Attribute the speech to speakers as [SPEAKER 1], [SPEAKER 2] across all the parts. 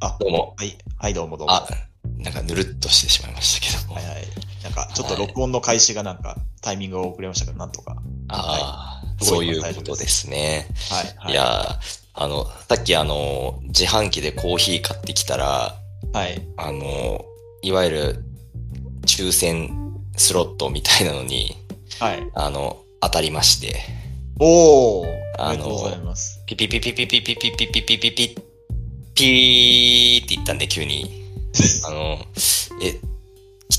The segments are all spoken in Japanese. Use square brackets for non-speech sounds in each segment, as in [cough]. [SPEAKER 1] あ、
[SPEAKER 2] どうも。
[SPEAKER 1] はい、はい、どうもどうも。
[SPEAKER 2] あ
[SPEAKER 1] は、
[SPEAKER 2] なんかぬるっとしてしまいましたけども。
[SPEAKER 1] いはい。なんか、ちょっと録音の開始がなんか、タイミングが遅れましたけど、なんとか。は
[SPEAKER 2] ああ、
[SPEAKER 1] すご
[SPEAKER 2] そ
[SPEAKER 1] いう
[SPEAKER 2] いう
[SPEAKER 1] 大
[SPEAKER 2] こ
[SPEAKER 1] 丈夫
[SPEAKER 2] と
[SPEAKER 1] で
[SPEAKER 2] ですね。
[SPEAKER 1] い、はいい。
[SPEAKER 2] やー、あの、さっきあの、自販機でコーヒー買ってきたら、
[SPEAKER 1] はい。
[SPEAKER 2] あの、いわゆる抽選スロットみたいなのに、
[SPEAKER 1] はい。
[SPEAKER 2] あの、当たりまして、
[SPEAKER 1] おー、
[SPEAKER 2] あの
[SPEAKER 1] ありがとうございます。
[SPEAKER 2] ピピピピピピピピピピピピピピーって言ったんで、急に。あの、え、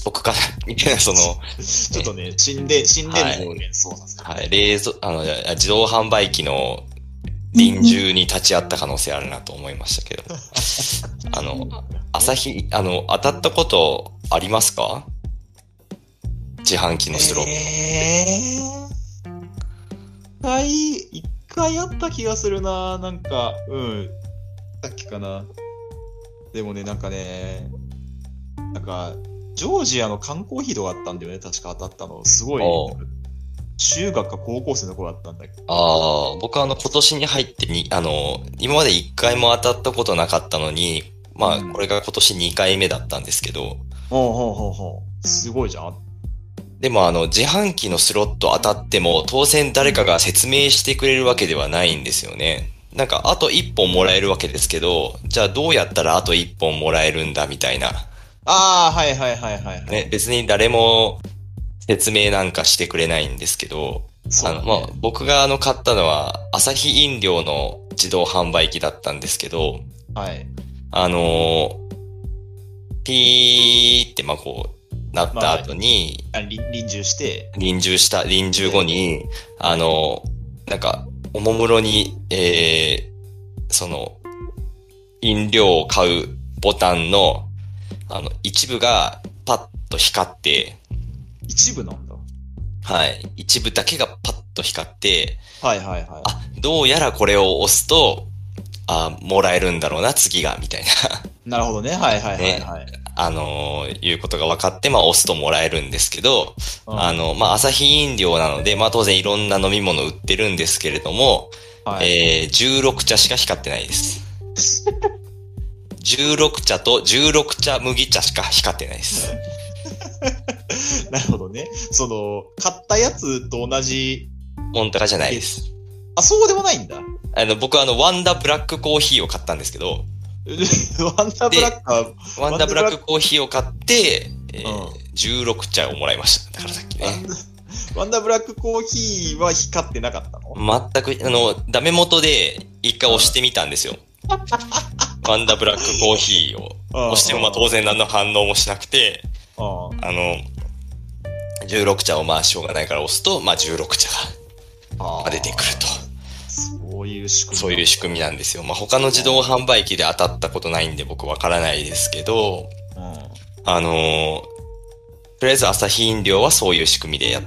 [SPEAKER 2] 僕かなみたいな、その、
[SPEAKER 1] ちょっとね、死んで、死んでる方を連想させて。
[SPEAKER 2] はい、冷蔵、あの、いや自動販売機の臨終に立ち会った可能性あるなと思いましたけど。
[SPEAKER 1] [laughs]
[SPEAKER 2] あの、朝日、あの、当たったことありますか自販機のスロー。
[SPEAKER 1] えー。一回、一回あった気がするななんか、うん。さっきかな。でもね、なんかね、なんか、ジョージアの缶コーヒーとかあったんだよね、確か当たったの。すごい
[SPEAKER 2] おう。
[SPEAKER 1] 中学か高校生の頃あったんだけど。
[SPEAKER 2] ああ、僕はあの、今年に入ってに、あの、今まで一回も当たったことなかったのに、まあ、
[SPEAKER 1] うん
[SPEAKER 2] これが今年2回目だったんですけど、
[SPEAKER 1] ほうほうほうほう。すごいじゃん。
[SPEAKER 2] でもあの、自販機のスロット当たっても、当然誰かが説明してくれるわけではないんですよね。なんか、あと1本もらえるわけですけど、じゃあどうやったらあと1本もらえるんだみたいな。
[SPEAKER 1] ああ、はいはいはいはい、はい。
[SPEAKER 2] ね、別に誰も説明なんかしてくれないんですけど、
[SPEAKER 1] そ
[SPEAKER 2] あ
[SPEAKER 1] うだ
[SPEAKER 2] の、
[SPEAKER 1] ね、
[SPEAKER 2] まあ、僕があの、買ったのは、朝日飲料の自動販売機だったんですけど、
[SPEAKER 1] はい。
[SPEAKER 2] あのーピーって、まあ、こう、なった後に、
[SPEAKER 1] あ臨臨終して、
[SPEAKER 2] 臨終した、臨終後に、あの、なんか、おもむろに、えー、その、飲料を買うボタンの、あの、一部がパッと光って、
[SPEAKER 1] 一部なんだ。
[SPEAKER 2] はい、一部だけがパッと光って、
[SPEAKER 1] はいはいはい。
[SPEAKER 2] あ、どうやらこれを押すと、あ、もらえるんだろうな、次が、みたい
[SPEAKER 1] なるほどね。はいはいはいはい。
[SPEAKER 2] な、あのーいうことが分かって、まあ、押すともらえるんですけど、
[SPEAKER 1] うん
[SPEAKER 2] あの、まあ、朝日飲料なので、まあ、当然いろんな飲み物売ってるんですけれども、
[SPEAKER 1] はい
[SPEAKER 2] えー、16茶しか光ってないです。16茶と16茶麦茶しか光ってないです。
[SPEAKER 1] [laughs] なるほどね。その、買ったやつと同じ、
[SPEAKER 2] モンタカじゃないです。
[SPEAKER 1] あ、そうでもないんだ。ワ [laughs] ン
[SPEAKER 2] あの、僕はあの、ワンダブラックコーヒーを買ったんですけど、
[SPEAKER 1] ダーブラックは、
[SPEAKER 2] ワンダブラックコーヒーを買って、えー
[SPEAKER 1] うん
[SPEAKER 2] 16茶をもらいました。だからさっきね。
[SPEAKER 1] ワンダーブラックコーヒーは光ってなかったの
[SPEAKER 2] 全く、あの、ダメ元で一回押してみた
[SPEAKER 1] [laughs]
[SPEAKER 2] んですよ。ワンダブラックコーヒーを押しても、まあ当然何の反応もしなくて、
[SPEAKER 1] あ
[SPEAKER 2] あの、16茶をまあしょうがないから押すと、まあ16茶
[SPEAKER 1] あ
[SPEAKER 2] が出てくる
[SPEAKER 1] そういう仕組
[SPEAKER 2] と。
[SPEAKER 1] み。
[SPEAKER 2] そういう仕組みなんですよ。まあ他の自動販売機で当たったことないんで僕わからないですけど、あのーとりあえず朝日飲料はそういう仕組みでや、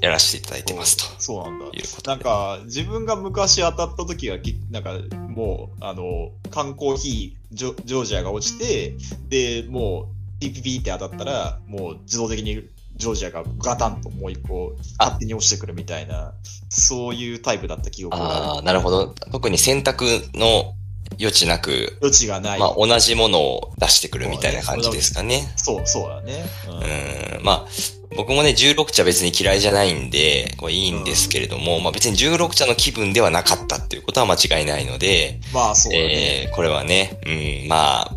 [SPEAKER 2] やらせていただいてますと。
[SPEAKER 1] そうなんだ。
[SPEAKER 2] いうことで
[SPEAKER 1] なんか、自分が昔当たった時はき、なんか、もう、あの、缶コーヒー、ジョジョージアが落ちて、で、もう、ピッピッピッって当たったら、もう自動的にジョージアがガタンともう一個、
[SPEAKER 2] あ
[SPEAKER 1] 勝手に押してくるみたいな、そういうタイプだった記憶があ
[SPEAKER 2] あ
[SPEAKER 1] る。
[SPEAKER 2] あ、なるほど。特に選択の余地なく、
[SPEAKER 1] 余地がない。
[SPEAKER 2] まあ同じものを出してくるみたいな感じですかね。
[SPEAKER 1] そう、そうだね。うん
[SPEAKER 2] うんまあ、僕もね、16茶別に嫌いじゃないんで、これいいんですけれども、まあ別に16茶の気分ではなかったっていうことは間違いないので、
[SPEAKER 1] まあ、そうだね。
[SPEAKER 2] えー、これはね、うん、まあ、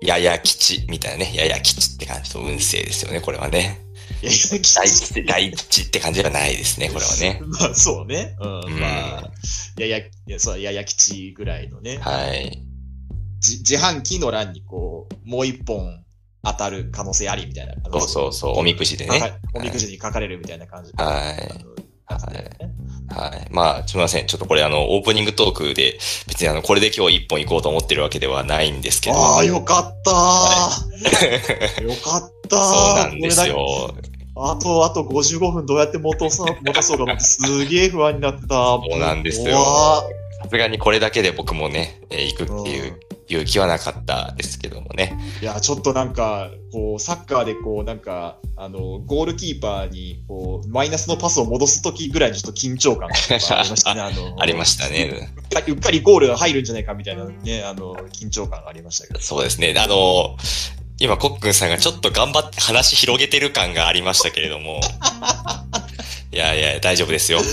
[SPEAKER 2] やや吉みたいなね、やや吉って感じと運勢ですよね、これはね。
[SPEAKER 1] いやいや
[SPEAKER 2] 大吉、大吉って感じではないですね、これはね。
[SPEAKER 1] [laughs] まあ、そうね。うん。
[SPEAKER 2] うん
[SPEAKER 1] まあ、やや、いやそうやや吉ぐらいのね。
[SPEAKER 2] はい。
[SPEAKER 1] じ自販機の欄にこう、もう一本当たる可能性ありみたいな感
[SPEAKER 2] そうそうそう、おみくじで
[SPEAKER 1] ね
[SPEAKER 2] ね。。
[SPEAKER 1] おみくじに書かれるみたいな感じ。
[SPEAKER 2] はい
[SPEAKER 1] あ。のなんかね
[SPEAKER 2] はい。まあ、すみません。ちょっとこれ、あの、オープニングトークで、別にあの、これで今日一本行こうと思ってるわけではないんですけど。
[SPEAKER 1] ああ、よかったーよかったー
[SPEAKER 2] そうなんですよ
[SPEAKER 1] こ。れだけあと、あと55分どうやって持たそう持たそうかと思ってすげえ不安になってた。そう
[SPEAKER 2] なんですよさすがにこれだけで僕もね、えー行くっていういう気はなかったですけどもね。
[SPEAKER 1] いや、ちょっとなんか、こう、サッカーでこう、なんか、あの、ゴールキーパーに、こう、マイナスのパスを戻すときぐらいにちょっと緊張感がありましたね。あの
[SPEAKER 2] [laughs] ありましたね。
[SPEAKER 1] うっかりうっかりゴールが入るんじゃないかみたいなね、あの、緊張感がありましたけど。
[SPEAKER 2] そうですね。あの、今、コックンさんがちょっと頑張って話広げてる感がありましたけれ
[SPEAKER 1] [laughs]
[SPEAKER 2] ども。いやいや、大丈夫ですよ。はい。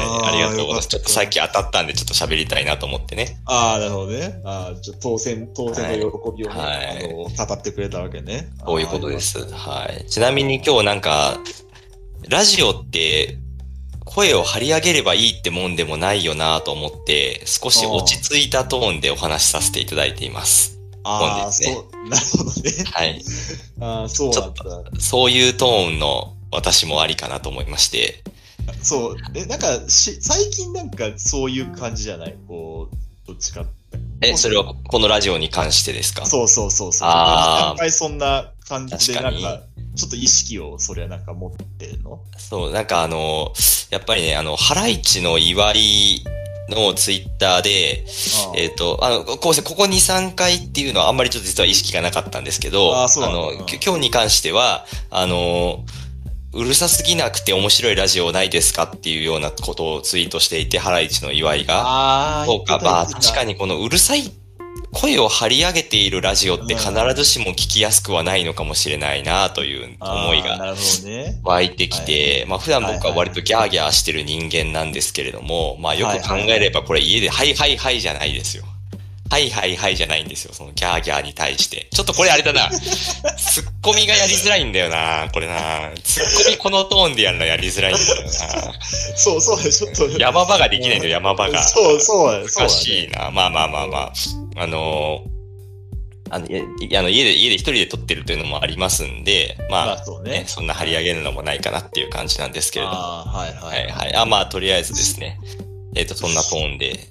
[SPEAKER 1] あー
[SPEAKER 2] ありがとうございます。ちょ
[SPEAKER 1] よかった
[SPEAKER 2] っとさっき当たったんで、ちょっと喋りたいなと思ってね。
[SPEAKER 1] ああ、なるほどね。ああ、ちょっと当選、当選の喜びをね、
[SPEAKER 2] はい
[SPEAKER 1] あの、語ってくれたわけね。
[SPEAKER 2] こういうことです
[SPEAKER 1] ああ。
[SPEAKER 2] はい。ちなみに今日なんか、ラジオって、声を張り上げればいいってもんでもないよなと思って、少し落ち着いたトーンでお話しさせていただいています。
[SPEAKER 1] ああ、
[SPEAKER 2] そうですね
[SPEAKER 1] そう、なるほどね。
[SPEAKER 2] はい。
[SPEAKER 1] ああ、そうなんだ。
[SPEAKER 2] そういうトーンの私もありかなと思いまして。
[SPEAKER 1] そう、え、なんかし、最近なんかそういう感じじゃないこう、どっちか。
[SPEAKER 2] え、それはこのラジオに関してですか
[SPEAKER 1] そうそうそうそう。
[SPEAKER 2] あー
[SPEAKER 1] なんかそんな感じで、
[SPEAKER 2] 確
[SPEAKER 1] な
[SPEAKER 2] か
[SPEAKER 1] ん
[SPEAKER 2] に
[SPEAKER 1] か、ちょっと意識をそれはなんか持ってるの
[SPEAKER 2] そう、なんかあの、やっぱりね、あの、ハライチの祝いのツイッターで、えっ、と、あの、こうして、ここ2、3回っていうのはあんまりちょっと実は意識がなかったんですけど、
[SPEAKER 1] あーそうなんだ
[SPEAKER 2] の、
[SPEAKER 1] うん
[SPEAKER 2] き今日に関しては、あの、うるさすぎなくて面白いラジオないですかっていうようなことをツイートしていて、ハライチの祝いが。
[SPEAKER 1] ああ、
[SPEAKER 2] そうか、まあ確か
[SPEAKER 1] に。
[SPEAKER 2] にこのうるさい声を張り上げているラジオって必ずしも聞きやすくはないのかもしれないなという思い
[SPEAKER 1] あー
[SPEAKER 2] が
[SPEAKER 1] なるほどね。
[SPEAKER 2] 湧いてきて、まあ普段僕
[SPEAKER 1] は
[SPEAKER 2] は割
[SPEAKER 1] いはいは
[SPEAKER 2] とギャーギャーしてる人間なんですけれども、まあよく考えればこれ家ではいはいはいじゃないですよ。はいはいはいじゃないんですよ。そのギャーギャーに対して。ちょっとこれあ
[SPEAKER 1] [laughs]
[SPEAKER 2] れだな。ツッコミがやりづらいんだよな。これな。ツッコミこのトーンでやるのやりづらいんだよ
[SPEAKER 1] [laughs] そうそう、ちょっと。
[SPEAKER 2] な。山場ができないんだよ、山場が。
[SPEAKER 1] そうそうだよ、そうだ
[SPEAKER 2] 難
[SPEAKER 1] ね
[SPEAKER 2] しいな。まあまあまあまあ。あのーあの、いあの家で、家で一人で撮ってるというのもありますんで、
[SPEAKER 1] ま
[SPEAKER 2] ま
[SPEAKER 1] あ、そう
[SPEAKER 2] あ、ね、
[SPEAKER 1] ね。
[SPEAKER 2] そんな張り上げるのもないかなっていう感じなんですけれども。は
[SPEAKER 1] ああ、はいはい
[SPEAKER 2] い。はい。あ、まあ、とりあえずですね。えっ、と、そんなトーンで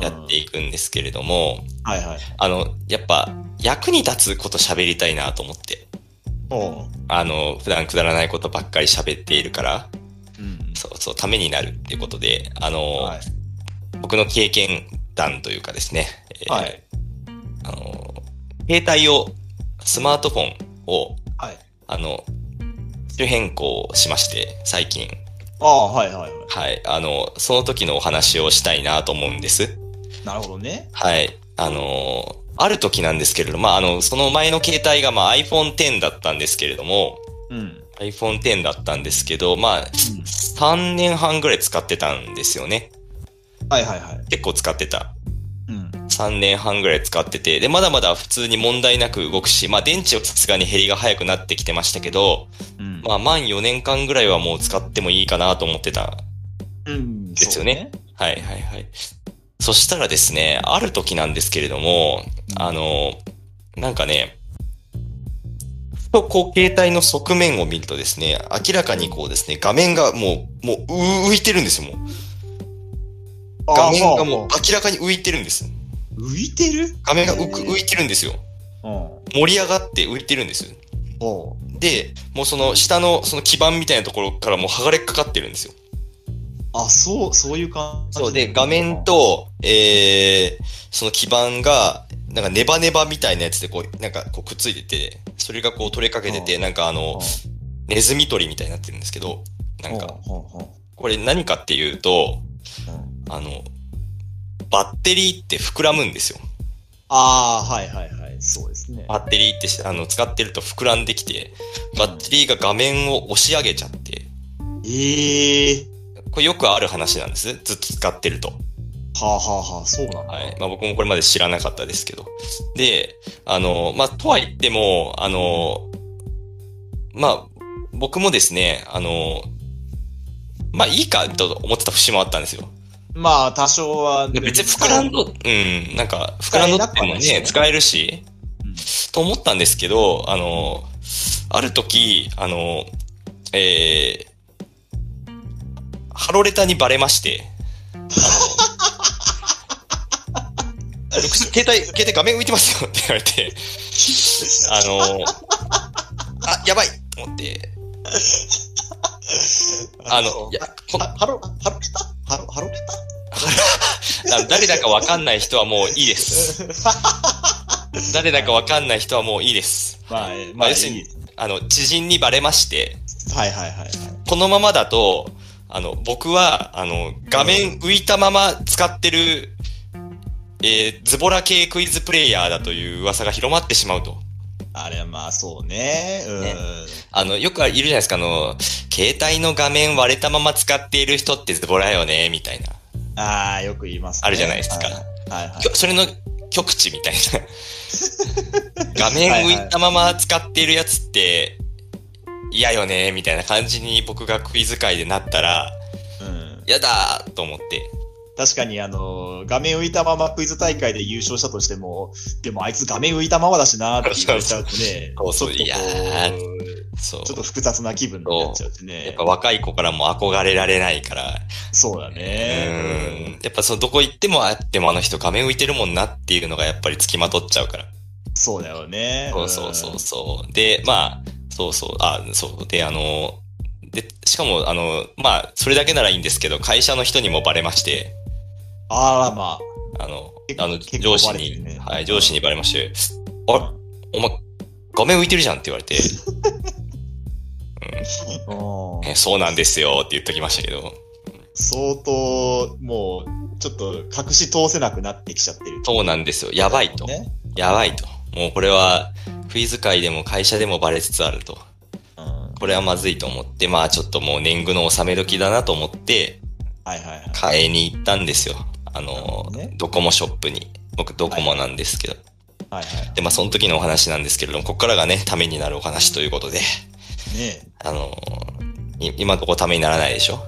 [SPEAKER 2] やって
[SPEAKER 1] い
[SPEAKER 2] いくんですけれども、
[SPEAKER 1] く。はいはい。
[SPEAKER 2] あの、やっぱ、役に立つこと喋りたいなと思って。
[SPEAKER 1] おう
[SPEAKER 2] あの、普段くだらないことばっかり喋っているから、
[SPEAKER 1] うん。
[SPEAKER 2] そうそう、ためになるっていうことで、あの、
[SPEAKER 1] はい。
[SPEAKER 2] 僕の経験談というかですね、えー
[SPEAKER 1] はい。
[SPEAKER 2] あの、携帯を、スマートフォンを、
[SPEAKER 1] はい。
[SPEAKER 2] あの、種変更しまして、最近。
[SPEAKER 1] ああ、はいはいは
[SPEAKER 2] はい。あの、その時のお話をしたいなと思うんです。
[SPEAKER 1] い。なるほどね。
[SPEAKER 2] はい。あの、ある時なんですけれど、まあ、あの、その前の携帯が、まあ、iPhone X だったんですけれども、
[SPEAKER 1] うん。
[SPEAKER 2] iPhone X だったんですけど、まあ、3年半ぐらい使ってたんですよね。
[SPEAKER 1] はいはいはい。
[SPEAKER 2] 結構使ってた。
[SPEAKER 1] うん。
[SPEAKER 2] 3年半ぐらい使ってて、で、まだまだ普通に問題なく動くし、まあ電池はさすがに減りが早くなってきてましたけど、
[SPEAKER 1] うん。
[SPEAKER 2] まあ満4年間ぐらいはもう使ってもいいかなと思ってた。
[SPEAKER 1] うん。
[SPEAKER 2] ですよねはいはいはい。そしたらですね、ある時なんですけれども、
[SPEAKER 1] うん
[SPEAKER 2] あの、なんかね、ふとこう携帯の側面を見るとですね、明らかにこうですね、画面がもう、もう浮いてるんですよ、もう。
[SPEAKER 1] そうね。
[SPEAKER 2] 画面がもう
[SPEAKER 1] あ
[SPEAKER 2] 明らかに浮いてるんです。
[SPEAKER 1] あもう浮いてる
[SPEAKER 2] 画面が浮く
[SPEAKER 1] へー
[SPEAKER 2] 浮いてるんですよ。
[SPEAKER 1] うん。
[SPEAKER 2] 盛り上がって浮いてるんです。
[SPEAKER 1] おう
[SPEAKER 2] で、もうその下のその基板みたいなところからもう剥がれかかってるんですよ。
[SPEAKER 1] あ、そう、そういう感じ。
[SPEAKER 2] そうで、画面、と、えー、その基板が、なんかネバネバみたいなやつでこう、なんかこうくっついてて、それがこう取れかけてて、
[SPEAKER 1] う
[SPEAKER 2] なんかあ
[SPEAKER 1] うん
[SPEAKER 2] の、ネズミ取りみたいになってるんですけど、なんか、
[SPEAKER 1] うんうん
[SPEAKER 2] これ何かっていうと、
[SPEAKER 1] うん
[SPEAKER 2] あの、バッテリーって膨らむんですよ。
[SPEAKER 1] ああ、はいはいはい。そうですね。
[SPEAKER 2] バッテリーってしあの使ってると膨らんできて、バッテリーが画面を押し上げちゃって、
[SPEAKER 1] ええ。
[SPEAKER 2] これよくある話なんです。ずっと使ってると。
[SPEAKER 1] はあはあはあ、そうなんだ。
[SPEAKER 2] はい。まあ僕もこれまで知らなかったですけど。で、あの、まあとは言っても、あの、まあ僕もですね、あの、まあいいかと思ってた節もあったんですよ。
[SPEAKER 1] まあ、多少は。
[SPEAKER 2] で別に膨らんど、うん、なんか膨らんどって
[SPEAKER 1] 使えなくは
[SPEAKER 2] も
[SPEAKER 1] ないしね
[SPEAKER 2] ね、使えるし、
[SPEAKER 1] うん
[SPEAKER 2] と思ったんですけど、あの、ある時、あの、えー、ハロレタにバレまして、あの [laughs] 携帯、携帯画面浮いてますよって言われて、あの、あ、やばいと思って、あの、いや、こ
[SPEAKER 1] はハロ、ハロペタハロ、ハロペタ
[SPEAKER 2] あの誰だかわかんない人はもういいです。誰だかわかんない人はもういいです。
[SPEAKER 1] まあ、えー
[SPEAKER 2] ま
[SPEAKER 1] ま
[SPEAKER 2] あ
[SPEAKER 1] あ、
[SPEAKER 2] 要するに
[SPEAKER 1] いい
[SPEAKER 2] あの、知人にバレまして、
[SPEAKER 1] はいはいはいはい。
[SPEAKER 2] このままだと、あの、僕は、あの、画面浮いたまま使ってる、えーズボラ系クイズプレイヤーだという噂が広まってしまうと。
[SPEAKER 1] あれはまあそうね。うん。
[SPEAKER 2] ねあの、よくいるじゃないですか、あの、携帯の画面割れたまま使っている人ってズボラよね、みたいな。
[SPEAKER 1] ああ、よく言います、ね。
[SPEAKER 2] あるじゃないですか
[SPEAKER 1] はいはいはい
[SPEAKER 2] きょそれの極致みたい
[SPEAKER 1] [laughs]
[SPEAKER 2] な。画面浮いたまま使っているやつって嫌よね、みたいな感じに僕がクイズ界でなったら、
[SPEAKER 1] うん、
[SPEAKER 2] 嫌だーと思って。
[SPEAKER 1] 確かにあの、画面浮いたままクイズ大会で優勝したとしても、でもあいつ画面浮いたままだしなーって言われちゃうとね、
[SPEAKER 2] そうそう
[SPEAKER 1] ちょっとこ
[SPEAKER 2] そう
[SPEAKER 1] ちょっ。と複雑な気分になっちゃうしね。
[SPEAKER 2] やっぱ若い子からも憧れられないから。
[SPEAKER 1] そうだね。
[SPEAKER 2] うん。やっぱそのどこ行っても、あ、でもあの人画面浮いてるもんなっていうのがやっぱり付きまとっちゃうから。
[SPEAKER 1] そうだよね。
[SPEAKER 2] そうそうそうそう。で、まあ、そうそう、あ、そう。で、あの、で、しかも、あの、まあ、それだけならいいんですけど、会社の人にもバレまして、
[SPEAKER 1] ああ、ま
[SPEAKER 2] あの、
[SPEAKER 1] 結構
[SPEAKER 2] あの、
[SPEAKER 1] 結構
[SPEAKER 2] 上司
[SPEAKER 1] バレて
[SPEAKER 2] に、
[SPEAKER 1] るね
[SPEAKER 2] はい、上司にバレまして、
[SPEAKER 1] あ。
[SPEAKER 2] あお前、画面浮いてるじゃんって言われて、
[SPEAKER 1] うん
[SPEAKER 2] えそうなんですよって言っときましたけど、
[SPEAKER 1] 相当、もう、ちょっと隠し通せなくなってきちゃってる。
[SPEAKER 2] そうなんですよ。やばいと。
[SPEAKER 1] ね。
[SPEAKER 2] やばいと。もうこれは、クイズ界でも会社でもバレつつあると。
[SPEAKER 1] うん。はい
[SPEAKER 2] これはまずいと思って、まあちょっともう年貢の納め時だなと思って、
[SPEAKER 1] はいはい。
[SPEAKER 2] 買いに行ったんですよ。あ
[SPEAKER 1] なるほ
[SPEAKER 2] の
[SPEAKER 1] どね、
[SPEAKER 2] ドコモショップに。僕、ドコモなんですけど。
[SPEAKER 1] はいは
[SPEAKER 2] で、まあ、その時のお話なんですけれども、ここからがね、ためになるお話ということで、
[SPEAKER 1] い。ねえ
[SPEAKER 2] あの、い今のところためにならないでしょ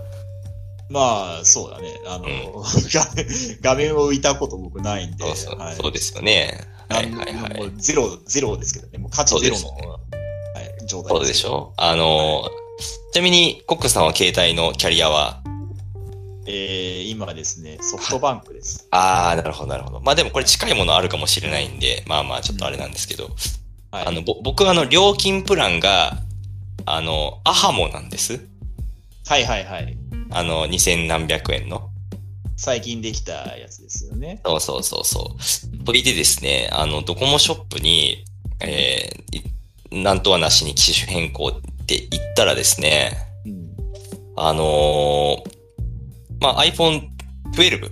[SPEAKER 1] まあ、そうだね。あの、画面 [laughs] 画面を浮いたこと僕ないんで。
[SPEAKER 2] そうそう、
[SPEAKER 1] はい、
[SPEAKER 2] そうですよね。はいはいは
[SPEAKER 1] も
[SPEAKER 2] い。
[SPEAKER 1] うゼロ、ゼロですけどね。もう価値ゼロの、
[SPEAKER 2] そうです
[SPEAKER 1] はい、状態
[SPEAKER 2] そうでしょあの、ちなみに、コックさんは携帯のキャリアは、
[SPEAKER 1] えー、今はですね、ソフトバンクです。
[SPEAKER 2] あー、なるほど、なるほど。まあでもこれ近いものあるかもしれないんで、まあまあちょっとあれなんですけど、
[SPEAKER 1] はい。
[SPEAKER 2] あの、ぼ僕はあの、料金プランが、あの、アハモなんです。
[SPEAKER 1] はいはいはい。
[SPEAKER 2] あの、二千何百円の。
[SPEAKER 1] 最近できたやつですよね。
[SPEAKER 2] そうそうそうそう。それでですね、あの、ドコモショップに、えー、いなんとはなしに機種変更って言ったらですね、
[SPEAKER 1] うん。
[SPEAKER 2] あのーまあ、iPhone12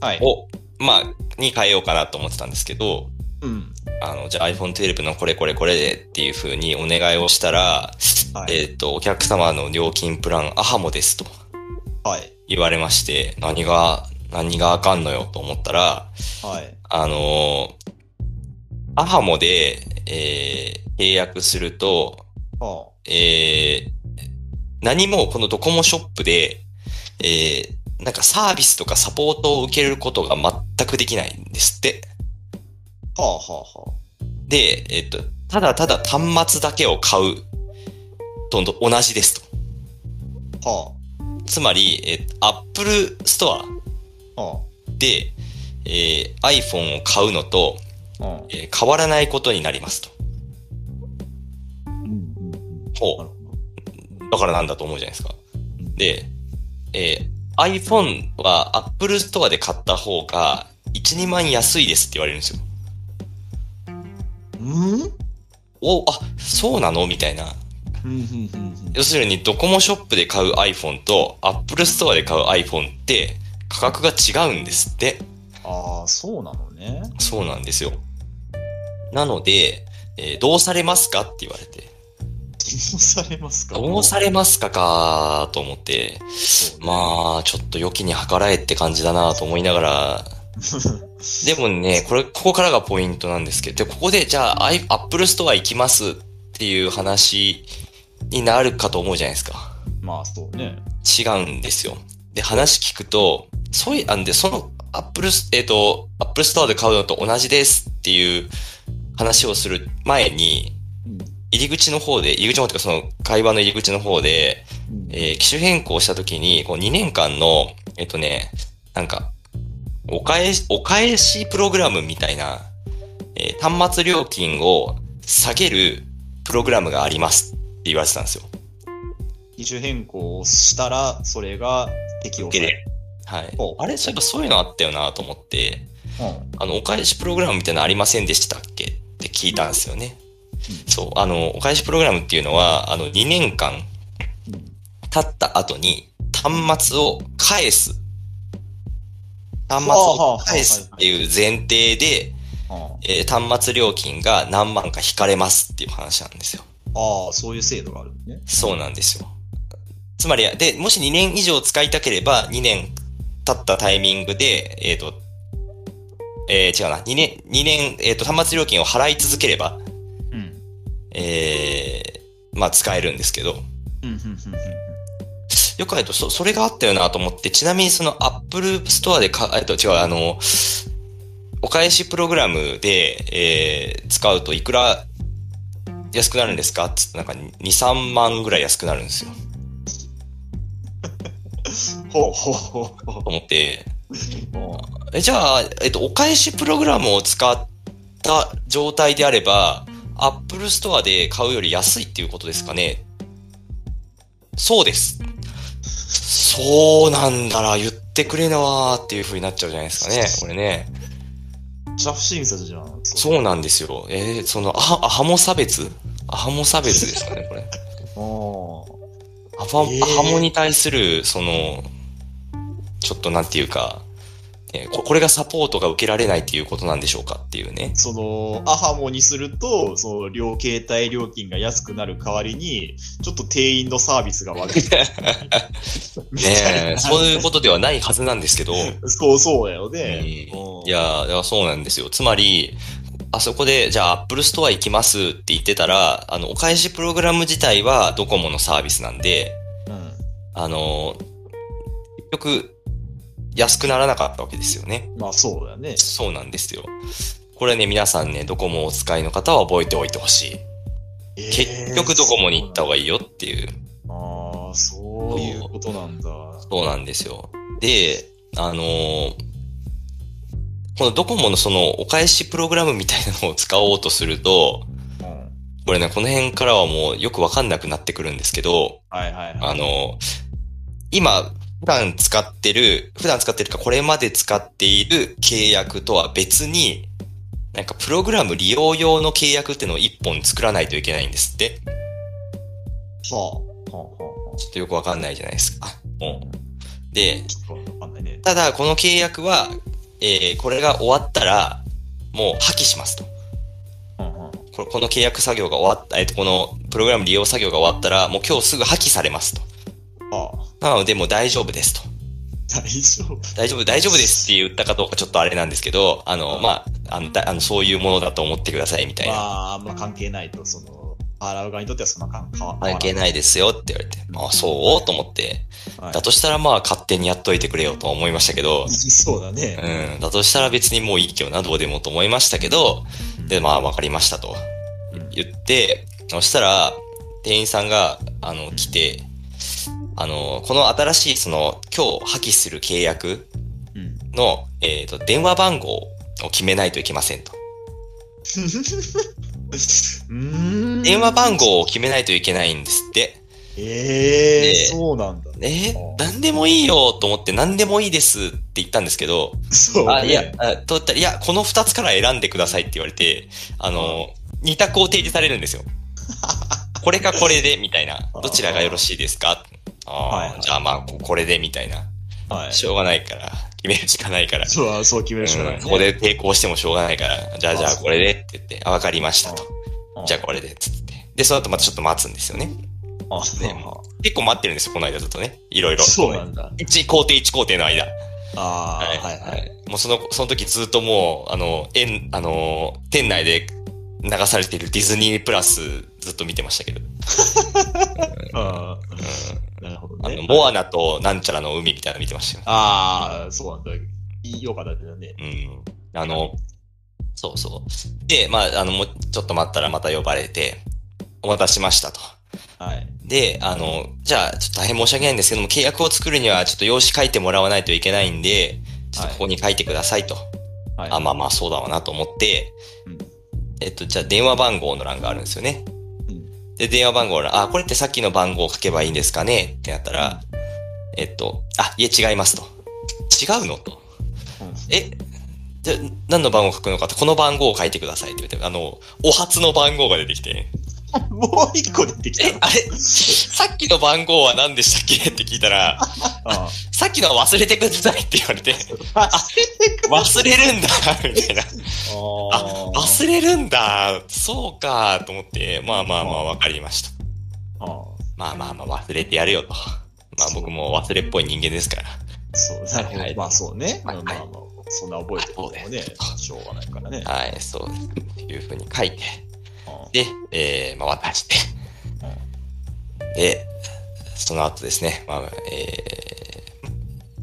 [SPEAKER 1] はい。
[SPEAKER 2] を、まあ、に変えようかなと思ってたんですけど、
[SPEAKER 1] うん。
[SPEAKER 2] あの、じゃあ iPhone12 のこれこれこれでっていう風にお願いをしたら、
[SPEAKER 1] はい
[SPEAKER 2] えっ、と、お客様の料金プラン、アハモですと
[SPEAKER 1] はい。
[SPEAKER 2] 言われまして、何が、何があかんのよと思ったら、
[SPEAKER 1] はい。
[SPEAKER 2] あのーアハモで、えー契約すると、
[SPEAKER 1] は
[SPEAKER 2] えー何もこのドコモショップで、えーなんかサービスとかサポートを受けることが全くできないんですって。
[SPEAKER 1] あ。はあはあは
[SPEAKER 2] で、えっと、ただただ端末だけを買うとんど同じですと。
[SPEAKER 1] あ。は
[SPEAKER 2] つまり、えっと、Apple Store
[SPEAKER 1] あ。は
[SPEAKER 2] で、えー iPhone を買うのと、
[SPEAKER 1] あ。うん。
[SPEAKER 2] えー変わらないことになりますと。
[SPEAKER 1] うんうんうん。
[SPEAKER 2] ほう
[SPEAKER 1] なるほど。
[SPEAKER 2] だからなんだと思うじゃないですか。
[SPEAKER 1] うん、
[SPEAKER 2] で、えー iPhone は Apple Store で買った方が1、2万円安いですって言われるんですよ。
[SPEAKER 1] うんうん
[SPEAKER 2] お、あ、そうなのみたいな。
[SPEAKER 1] うんうんうん。
[SPEAKER 2] 要するにドコモショップで買う iPhone と Apple Store で買う iPhone って価格が違うんですって。
[SPEAKER 1] ああ、そうなのね。
[SPEAKER 2] そうなんですよ。なので、えーどうされますかって言われて。
[SPEAKER 1] どうされますか
[SPEAKER 2] どうされますかかと思って。
[SPEAKER 1] そうね
[SPEAKER 2] まあ、ちょっと良きに計らえって感じだなと思いながら、でもね、これ、ここからがポイントなんですけど、で、ここで、じゃあ、アイアップルストア行きますっていう話になるかと思うじゃないですか。
[SPEAKER 1] [laughs] まあ、そうね。
[SPEAKER 2] 違うんですよ。で、話聞くと、そういう、あんで、その、アップルス、えっ、と、アップルストアで買うのと同じですっていう話をする前に、
[SPEAKER 1] うん
[SPEAKER 2] 入り口の方で、入り口の方っていうか、その、会話の入り口の方で、
[SPEAKER 1] うん
[SPEAKER 2] えー機種変更したときに、こう2年間の、えっとね、なんか、お返し、お返しプログラムみたいな、えー端末料金を下げるプログラムがありますって言われてたんですよ。
[SPEAKER 1] 機種変更をしたら、それが適用される。
[SPEAKER 2] はい
[SPEAKER 1] ほ。う
[SPEAKER 2] あれ、そういえばそういうのあったよなと思って、
[SPEAKER 1] うん。
[SPEAKER 2] あの、お返しプログラムみたいなのありませんでしたっけって聞いたんですよね。
[SPEAKER 1] う
[SPEAKER 2] そう、あの、お返しプログラムっていうのは、あの、2年間
[SPEAKER 1] うん
[SPEAKER 2] 経った後に端末を返す。端末を返すっていう前提で、
[SPEAKER 1] あ
[SPEAKER 2] えー端末料金が何万か引かれますっていう話なんですよ。
[SPEAKER 1] あ、そういう制度があるね。
[SPEAKER 2] そうなんですよ。つまり、で、もし2年以上使いたければ、2年経ったタイミングで、えっ、と、えー違うな、2年、2年、えっ、と、端末料金を払い続ければ、
[SPEAKER 1] うん。
[SPEAKER 2] えーまあ、使えるんですけど、
[SPEAKER 1] うん、うん、うん、
[SPEAKER 2] よくあると、そ、それがあったよなと思って、ちなみにその Apple Store でか、えっと、違う、あの、お返しプログラムで、えー使うといくら安くなるんですかつって、なんか2、3万ぐらい安くなるんですよ。
[SPEAKER 1] うん。ほうほうほうほ
[SPEAKER 2] と思って、
[SPEAKER 1] う。うん
[SPEAKER 2] え、じゃあ、えっと、お返しプログラムを使った状態であれば、Apple Store で買うより安いっていうことですかねそうです。そうなんだら、言ってくれなわーっていう風になっちゃうじゃないですかね、これね。
[SPEAKER 1] [laughs] ジャフ審査じゃん。う。
[SPEAKER 2] そうなんですよ。えーその、アアハモ差別アハモ差別ですかね、これ。
[SPEAKER 1] あ
[SPEAKER 2] アファ
[SPEAKER 1] えー
[SPEAKER 2] アハモに対する、その、ちょっとなんていうか、えーここれがサポートが受けられないっていうことなんでしょうかっていうね
[SPEAKER 1] [laughs] あ。。その、アハモにすると、その、両携帯料金が安くなる代わりに、ちょっと店員のサービスが
[SPEAKER 2] [laughs]
[SPEAKER 1] 悪い。みた
[SPEAKER 2] ね
[SPEAKER 1] い
[SPEAKER 2] え、
[SPEAKER 1] な
[SPEAKER 2] そういうことではないはずなんですけど、
[SPEAKER 1] そうそうだよ
[SPEAKER 2] うん
[SPEAKER 1] ね。うん
[SPEAKER 2] いや、だからそうなんですよ。つまり、あそこで、じゃあ、アップルストア行きますって言ってたら、あの、お返しプログラム自体はドコモのサービスなんで、
[SPEAKER 1] うん。
[SPEAKER 2] あの、結局、安くならなかったわけですよね。
[SPEAKER 1] まあ、そうだよね。
[SPEAKER 2] そうなんですよ。これね、皆さんね、ドコモをお使いの方は覚えておいてほしい。結局ドコモに行った方
[SPEAKER 1] い
[SPEAKER 2] がいいよっていう。
[SPEAKER 1] い。ああ、そういうことなんだ。
[SPEAKER 2] そうなんですよ。で、あのーこのドコモのそのお返しプログラムみたいなのを使おうとすると、
[SPEAKER 1] うん。
[SPEAKER 2] これね、この辺からはもうよくわかんなくなってくるんですけど、
[SPEAKER 1] はいはいは
[SPEAKER 2] あ
[SPEAKER 1] い。
[SPEAKER 2] のー今、普段使ってる、普段使ってるか、これまで使っている契約とは別に、なんかプログラム利用用の契約っていうのを一本作らないといけないんですって。
[SPEAKER 1] はあ。はあはあは
[SPEAKER 2] ちょっとよくわかんないじゃないですか。も
[SPEAKER 1] あ。
[SPEAKER 2] うで、
[SPEAKER 1] ちょっとわかんないね。
[SPEAKER 2] ただ、この契約は、えーこれが終わったら、もう破棄しますと。
[SPEAKER 1] うんうん。
[SPEAKER 2] ここの契約作業が終わった、えっ、と、このプログラム利用作業が終わったら、もう今日すぐ破棄されますと。
[SPEAKER 1] ああ、
[SPEAKER 2] なので、もう大丈夫ですと。
[SPEAKER 1] 大丈夫。
[SPEAKER 2] 大丈夫、大丈夫ですって言ったかどうかちょっとあれなんですけど、あの、まあ、あの、だあのそういうものだと思ってくださいみたいな。
[SPEAKER 1] まあ、あんま関係ないと、その、払う側にとってはそんな関変わ
[SPEAKER 2] 関係
[SPEAKER 1] い。
[SPEAKER 2] ないですよって言われて、あ、そうと思って。
[SPEAKER 1] はい
[SPEAKER 2] だとしたら、まあ、勝手にやっといてくれよとは思いましたけ
[SPEAKER 1] [laughs]
[SPEAKER 2] ど、
[SPEAKER 1] そうだね。
[SPEAKER 2] うん、だとしたら別にもういいけどな、どうでもと思いましたけど、で、まあ、わかりましたと。
[SPEAKER 1] うん
[SPEAKER 2] 言って、そしたら、店員さんが、あの、来て、あの、この新しい、その、今日破棄する契約
[SPEAKER 1] うん。
[SPEAKER 2] の、えっ、と、電話番号を決めないといけませんと。
[SPEAKER 1] うん。
[SPEAKER 2] 電話番号を決めないといけないんですって。
[SPEAKER 1] ええ
[SPEAKER 2] で
[SPEAKER 1] そうなんだ。
[SPEAKER 2] えー、何でもいいよと思って、何でもいいですって言ったんですけど、
[SPEAKER 1] そう、ね。
[SPEAKER 2] あ、いや、あとったらいや、この二つから選んでくださいって言われて、あの、二択を提示される
[SPEAKER 1] [laughs]
[SPEAKER 2] んですよ。これかこれで、みたいな。どちらがよろしいですか
[SPEAKER 1] はい
[SPEAKER 2] あ
[SPEAKER 1] は
[SPEAKER 2] あ、
[SPEAKER 1] い
[SPEAKER 2] じゃあまあ、ここれで、みたいな。
[SPEAKER 1] はい。
[SPEAKER 2] し
[SPEAKER 1] そ
[SPEAKER 2] ょうがないから。決めるしかないか
[SPEAKER 1] う
[SPEAKER 2] ら。
[SPEAKER 1] あ、そう決めるしかない、
[SPEAKER 2] うんここで抵抗してもしょうがないから。じゃあじゃあこれでって言って、あ、わかりましたと。
[SPEAKER 1] うん、
[SPEAKER 2] じゃあこれで、つって。で、その後またちょっと待つんですよね。
[SPEAKER 1] あ、
[SPEAKER 2] ねも結構待ってるんですよ、この間ずっとね。いろいろ。
[SPEAKER 1] そうなんだ。
[SPEAKER 2] 1工程1工程の間。
[SPEAKER 1] ああ、はいはい。
[SPEAKER 2] もうその、その時ずっともう、あの、園、あの、店内で流されているディズニープラスずっと見てましたけど、
[SPEAKER 1] あ
[SPEAKER 2] う
[SPEAKER 1] あ、なるほど
[SPEAKER 2] ん、あ
[SPEAKER 1] ね
[SPEAKER 2] の、。モアナとなんちゃらの海みたいなの見てましたよ。
[SPEAKER 1] ああ、そうなんだ。いいよかったけどね。
[SPEAKER 2] うん。あの、そうそう。で、まあ、あの、もうちょっと待ったらまた呼ばれて、お待たせしましたと。
[SPEAKER 1] はい。
[SPEAKER 2] で、あの、じゃあ、ちょっと大変申し訳ないんですけども、契約を作るにはちょっと用紙書いてもらわないといけないんで、ちょっとここに書いてくださいと。
[SPEAKER 1] はい。
[SPEAKER 2] あ、まあまあ、そうだわなと思って、
[SPEAKER 1] うん
[SPEAKER 2] えっと、じゃあ電話番号の欄があるんですよね。
[SPEAKER 1] うん
[SPEAKER 2] で、電話番号の欄、あ、これってさっきの番号を書けばいいんですかねってなったら、えっと、あ、いえ、違いますと。違うのと。
[SPEAKER 1] うん
[SPEAKER 2] えじゃ何の番号書くのかって、この番号を書いてくださいって言って、あの、お初の番号が出てきて、
[SPEAKER 1] もう一個出てき
[SPEAKER 2] え
[SPEAKER 1] た、。
[SPEAKER 2] あれさっきの番号は何でしたっけって聞いたら、
[SPEAKER 1] あ
[SPEAKER 2] さっきのは忘れてくださいって言われ [laughs] て、
[SPEAKER 1] あ
[SPEAKER 2] 忘れるんだみたいな。あ、
[SPEAKER 1] あ
[SPEAKER 2] 忘れるんだそうかと思って、まあまあまあわかりました。
[SPEAKER 1] あ
[SPEAKER 2] まあまあまあ忘れてやるよと。まあ僕も忘れっぽい人間ですから。
[SPEAKER 1] そう、なるほど。
[SPEAKER 2] はい
[SPEAKER 1] まあそうね。
[SPEAKER 2] はい
[SPEAKER 1] うんまあまあ、そんな覚えてるのもね、
[SPEAKER 2] はい
[SPEAKER 1] しょうがないからね。
[SPEAKER 2] はい、そうです。いうふうに書いて、
[SPEAKER 1] うん
[SPEAKER 2] で、えー、まあ渡して
[SPEAKER 1] う。
[SPEAKER 2] で、その後ですね、まあ、え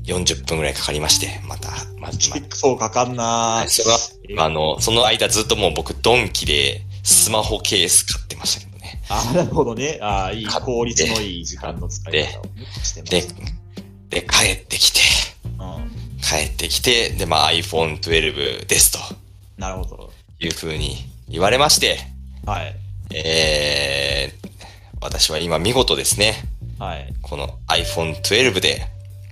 [SPEAKER 2] ー、40分ぐらいかかりまして、また、まあ、まあ
[SPEAKER 1] 結構かかんな
[SPEAKER 2] はいそのあの、その間ずっともう僕、ドンキでスマホケース買ってましたけどね。
[SPEAKER 1] あ、なるほどね。ああ、いい、
[SPEAKER 2] 買って
[SPEAKER 1] 効率のいい時間の使い方をねしてます
[SPEAKER 2] で。、で、帰ってきて、
[SPEAKER 1] うん。
[SPEAKER 2] 帰ってきて、で、まあ iPhone12 ですと
[SPEAKER 1] なるほど。
[SPEAKER 2] いうふうに言われまして、
[SPEAKER 1] はい。
[SPEAKER 2] えー、私は今見事ですね、
[SPEAKER 1] はい。
[SPEAKER 2] この iPhone12 で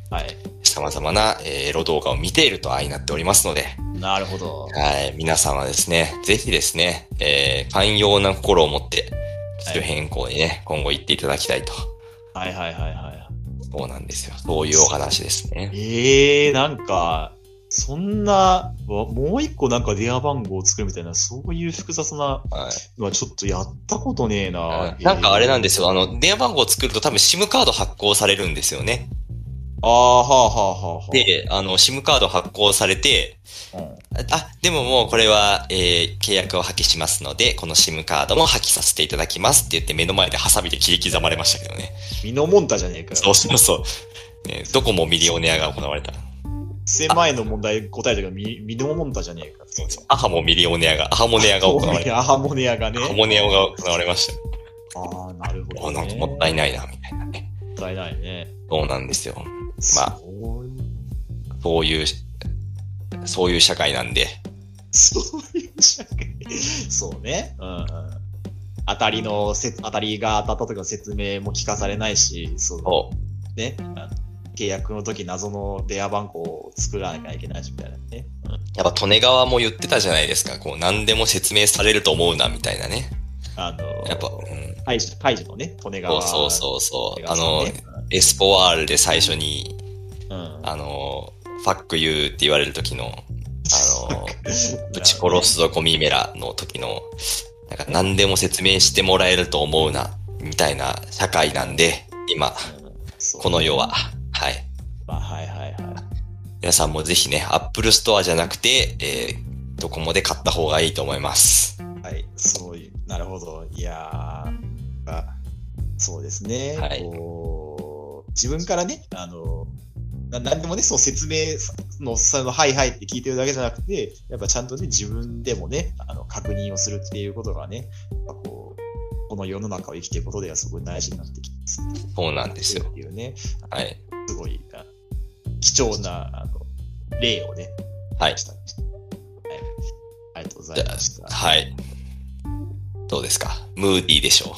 [SPEAKER 1] はい。様
[SPEAKER 2] 様々な、えーエロ動画を見ていると愛なっておりますので、
[SPEAKER 1] なるほど。
[SPEAKER 2] はい、皆さんはですね、ぜひですね、えー、寛容な心を持って、基礎変更にね、今後行っていただきたいと。
[SPEAKER 1] はいはいはいはい。
[SPEAKER 2] そうなんですよ。そういうお話ですね。
[SPEAKER 1] ええー、なんか、そんな、わもう一個なんか電話番号を作るみたいな、そういう複雑な
[SPEAKER 2] はい
[SPEAKER 1] のはちょっとやったことねえな。。
[SPEAKER 2] なんかあれなんですすよ。あの、電話番号を作ると多分 SIM カード発行されるんですよね。
[SPEAKER 1] ああ、はあはあはあはあ。
[SPEAKER 2] で、あの、SIM カード発行されて、
[SPEAKER 1] うん、
[SPEAKER 2] あ、でももうこれは、えー契約を破棄しますので、この SIM カードも破棄させていただきますって言って目の前でハサミで切り刻まれましたけどね。
[SPEAKER 1] 身のもんたじゃねえか
[SPEAKER 2] そ
[SPEAKER 1] よ。
[SPEAKER 2] うそうそう。ね、どこもミリオネアが行われた。
[SPEAKER 1] 1000万円の問題答えたけど、身身のもんたじゃねえか。そう
[SPEAKER 2] アハもミリオネアが、アハモネアが行われた。
[SPEAKER 1] アハモネアがね
[SPEAKER 2] ア。ハモネアが行われました。
[SPEAKER 1] ああ、なる
[SPEAKER 2] あ
[SPEAKER 1] ほど、ね。
[SPEAKER 2] ー、なんかもったいないな、みたいなね。
[SPEAKER 1] もったいないね。
[SPEAKER 2] そうなんですよ。
[SPEAKER 1] ま
[SPEAKER 2] あそういう、そういう社会なんで。
[SPEAKER 1] そういう社会。そうね。うんうん。当たりのせ、当たりが当たった時の説明も聞かされないし、そう
[SPEAKER 2] そう
[SPEAKER 1] ね。うん契約の時謎の電話番号を作らなきゃいけないし、みたいなね。うん
[SPEAKER 2] やっぱ利根川も言ってたじゃないですか。こう、何でも説明されると思うな、みたいなね。
[SPEAKER 1] あの、
[SPEAKER 2] やっぱ、うん。
[SPEAKER 1] カイジ、カイジのね、利根
[SPEAKER 2] そう
[SPEAKER 1] 川。
[SPEAKER 2] そうそうそう。あの
[SPEAKER 1] 利、
[SPEAKER 2] エスポワールで最初に、
[SPEAKER 1] 根川ね、 [laughs]
[SPEAKER 2] あの、ファックユーって言われる時の、あの、
[SPEAKER 1] うん。
[SPEAKER 2] ぶち殺すぞコミメラの時の、なんか何でも説明してもらえると思うな、みたいな社会なんで、今、
[SPEAKER 1] そう
[SPEAKER 2] この世は。はい。
[SPEAKER 1] まあ、はいはいはい。
[SPEAKER 2] 皆さんもぜひね、Apple Store じゃなくて、えー、ドコモで買った方がいいと思います。
[SPEAKER 1] はい、そういう、なるほど。いやー、あそうですね、
[SPEAKER 2] はい
[SPEAKER 1] こう自分からね、あの、な何でもね、その説明の、その、はいはいって聞いてるだけじゃなくて、やっぱちゃんとね、自分でもね、あの確認をするっていうことがね、やっぱこう、この世の中を生きていくことではすごい大事になってきます。
[SPEAKER 2] そうなんですよ
[SPEAKER 1] っ。ていうね、
[SPEAKER 2] はい。
[SPEAKER 1] すごい、あ貴重な、あの、例をね、
[SPEAKER 2] はい
[SPEAKER 1] したはい。ありがとうございました。
[SPEAKER 2] はい。どうですかムーディーでしょ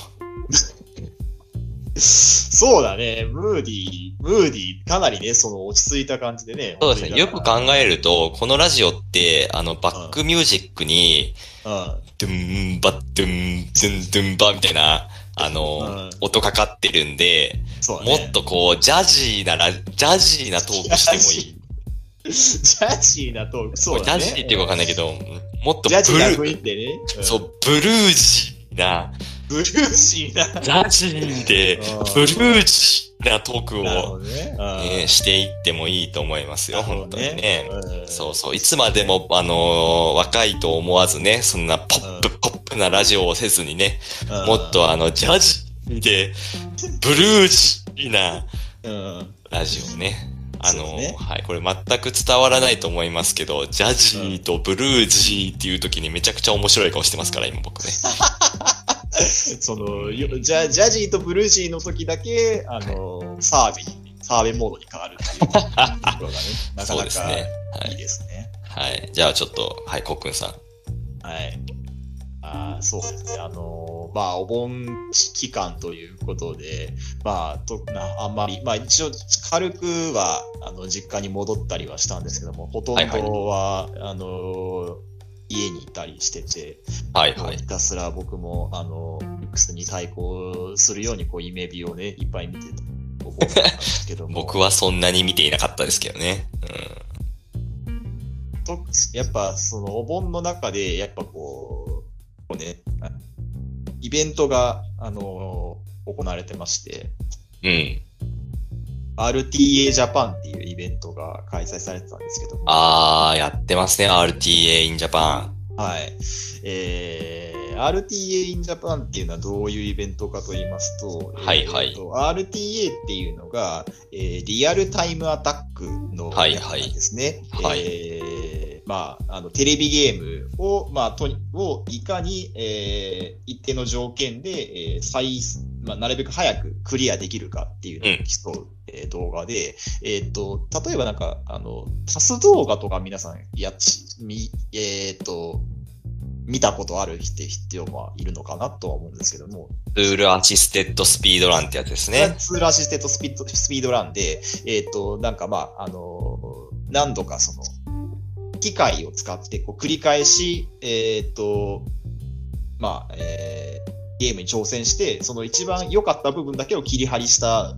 [SPEAKER 1] [laughs] そうだね、ムーディー、ムーディー、かなりね、その落ち着いた感じでね。
[SPEAKER 2] う。そうですね。よく
[SPEAKER 1] 本
[SPEAKER 2] 考えると、このラジオって、あの、バックミュージックに、
[SPEAKER 1] 当にだから。
[SPEAKER 2] ドゥンバ、ドゥン、ドゥン、ドゥンバみたいな、あ
[SPEAKER 1] うん
[SPEAKER 2] の、音かかってるんで、
[SPEAKER 1] うん、そうだね。
[SPEAKER 2] もっとこう、ジャジーなら、ジャジーなトークしても
[SPEAKER 1] ジ
[SPEAKER 2] いい。
[SPEAKER 1] ャジーなトーク、そう
[SPEAKER 2] ジャ
[SPEAKER 1] だね。
[SPEAKER 2] ジーっていうかわかんないけど、もっと
[SPEAKER 1] ジャジーな
[SPEAKER 2] ブ
[SPEAKER 1] 雰
[SPEAKER 2] ル
[SPEAKER 1] 囲気でね。
[SPEAKER 2] ー、そうう、ブルージーな、
[SPEAKER 1] ん。ブルーシー
[SPEAKER 2] [laughs]
[SPEAKER 1] な。
[SPEAKER 2] ラジーで
[SPEAKER 1] うん、
[SPEAKER 2] ブルージーなトーク
[SPEAKER 1] なるほ
[SPEAKER 2] を、
[SPEAKER 1] どね。
[SPEAKER 2] ね、していってもいいと思います
[SPEAKER 1] うん
[SPEAKER 2] よ、本当にね。。そう
[SPEAKER 1] う
[SPEAKER 2] そう、いつまでも、あのー若いと思わずね、そんなポップ、ポップなラジオをせずにね、
[SPEAKER 1] ん。
[SPEAKER 2] もっとあの、ジャジーで、ブルージーな
[SPEAKER 1] うん、うん。
[SPEAKER 2] ラジオね。あのー
[SPEAKER 1] そうですね
[SPEAKER 2] はい、これ全く伝わらないと思いますけど、ジャジーとブルージーっていう時にめちゃくちゃ面白い顔してますから、今僕ね。
[SPEAKER 1] その、よジャジャジーとブルーシーの時だけ、あの、サービー、サーベモードに変わるっていうところがね、なか
[SPEAKER 2] [laughs] そう
[SPEAKER 1] な
[SPEAKER 2] です
[SPEAKER 1] か
[SPEAKER 2] ね。はい
[SPEAKER 1] いい。ですね。
[SPEAKER 2] はい。じゃあちょっと、はい、コックンさん。
[SPEAKER 1] はい。あーそうですね、あのーまあ、お盆期間ということで、まあ、となあんまり、まあ、一応、軽くはあの実家に戻ったりはしたんですけども、ほとんどは、あのー家にいたりしてて、
[SPEAKER 2] はい
[SPEAKER 1] もう
[SPEAKER 2] はい。
[SPEAKER 1] ひたすら僕も、あのー、X に対抗するように、こう、イメビをね、いっぱい見てた。お盆だったんですけども
[SPEAKER 2] [laughs] 僕はそんなに見ていなかったですけどね。うん。
[SPEAKER 1] とやっぱそのお盆の中でやっぱこうこうねあイベントがあの行われてまして
[SPEAKER 2] うん。
[SPEAKER 1] RTA ジャパンっていうイベントが開催されてたんですけども
[SPEAKER 2] あー、やってますね。RTA in Japan。
[SPEAKER 1] はいえー、RTA in Japan っていうのはどういうイベントかと言いますと、
[SPEAKER 2] はいはい
[SPEAKER 1] えーと RTA っていうのが、えーリアルタイムアタックの
[SPEAKER 2] はい
[SPEAKER 1] やつな
[SPEAKER 2] は
[SPEAKER 1] ん
[SPEAKER 2] い
[SPEAKER 1] ですね。
[SPEAKER 2] はい
[SPEAKER 1] えーまあ、あのテレビゲームを,、まあ、とにをいかに、えー一定の条件で、えー最まあ、なるべく早くクリアできるかっていうのを競う、えー動画で、えーっと例えばなんかあのタス動画とか皆さんやっちみ、えーっと見たことある人必要はいるのかなとは思うんですけども、
[SPEAKER 2] ツールアシステッドスピードランってやつですね。
[SPEAKER 1] ツールアシステッドスピードスピードランで、えっ、と、なんかまあ、あのー何度かその、機械を使って、こう、繰り返し、えっ、と、まあ、えーゲームに挑戦して、その一番良かった部分だけを切り張りしたっ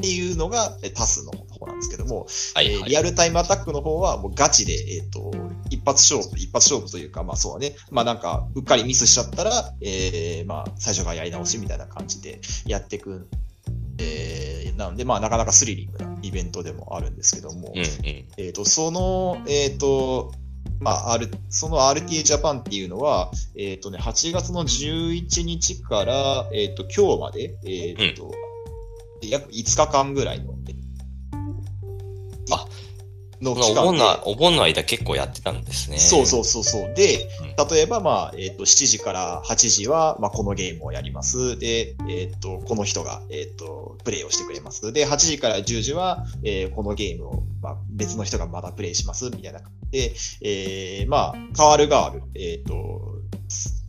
[SPEAKER 1] ていうのが、えタスの方なんですけども、
[SPEAKER 2] はい
[SPEAKER 1] えー
[SPEAKER 2] は
[SPEAKER 1] リ
[SPEAKER 2] い。
[SPEAKER 1] アルタイムアタックの方はもうガチで、えっと一発勝負、一発勝負というか、まあそうだね、まあなんか、うっかりミスしちゃったら、えーまあ最初からやり直しみたいな感じでやっていく。えーなので、まあなかなかスリリングなイベントでもあるんですけども、
[SPEAKER 2] うんうん。
[SPEAKER 1] えっと、その、えっ、と、まあ、R、その RTA ジャパンっていうのは、えっ、とね、8月の11日から、えっ、と、今日まで、えっ、と、約5日間ぐらいの、え
[SPEAKER 2] あ
[SPEAKER 1] の
[SPEAKER 2] お盆の、お盆の間結構やってたんですね。
[SPEAKER 1] そう
[SPEAKER 2] う。
[SPEAKER 1] そうそうそう。で
[SPEAKER 2] う、
[SPEAKER 1] 例えば、まあ、えっ、と、7時から8時は、まあ、このゲームをやります。で、えっ、と、この人が、えっ、と、プレイをしてくれます。で、8時から10時は、えーこのゲームを、まあ、別の人がまたプレイします、みたいな。で、えーまあ、変わる変わる、えっ、と、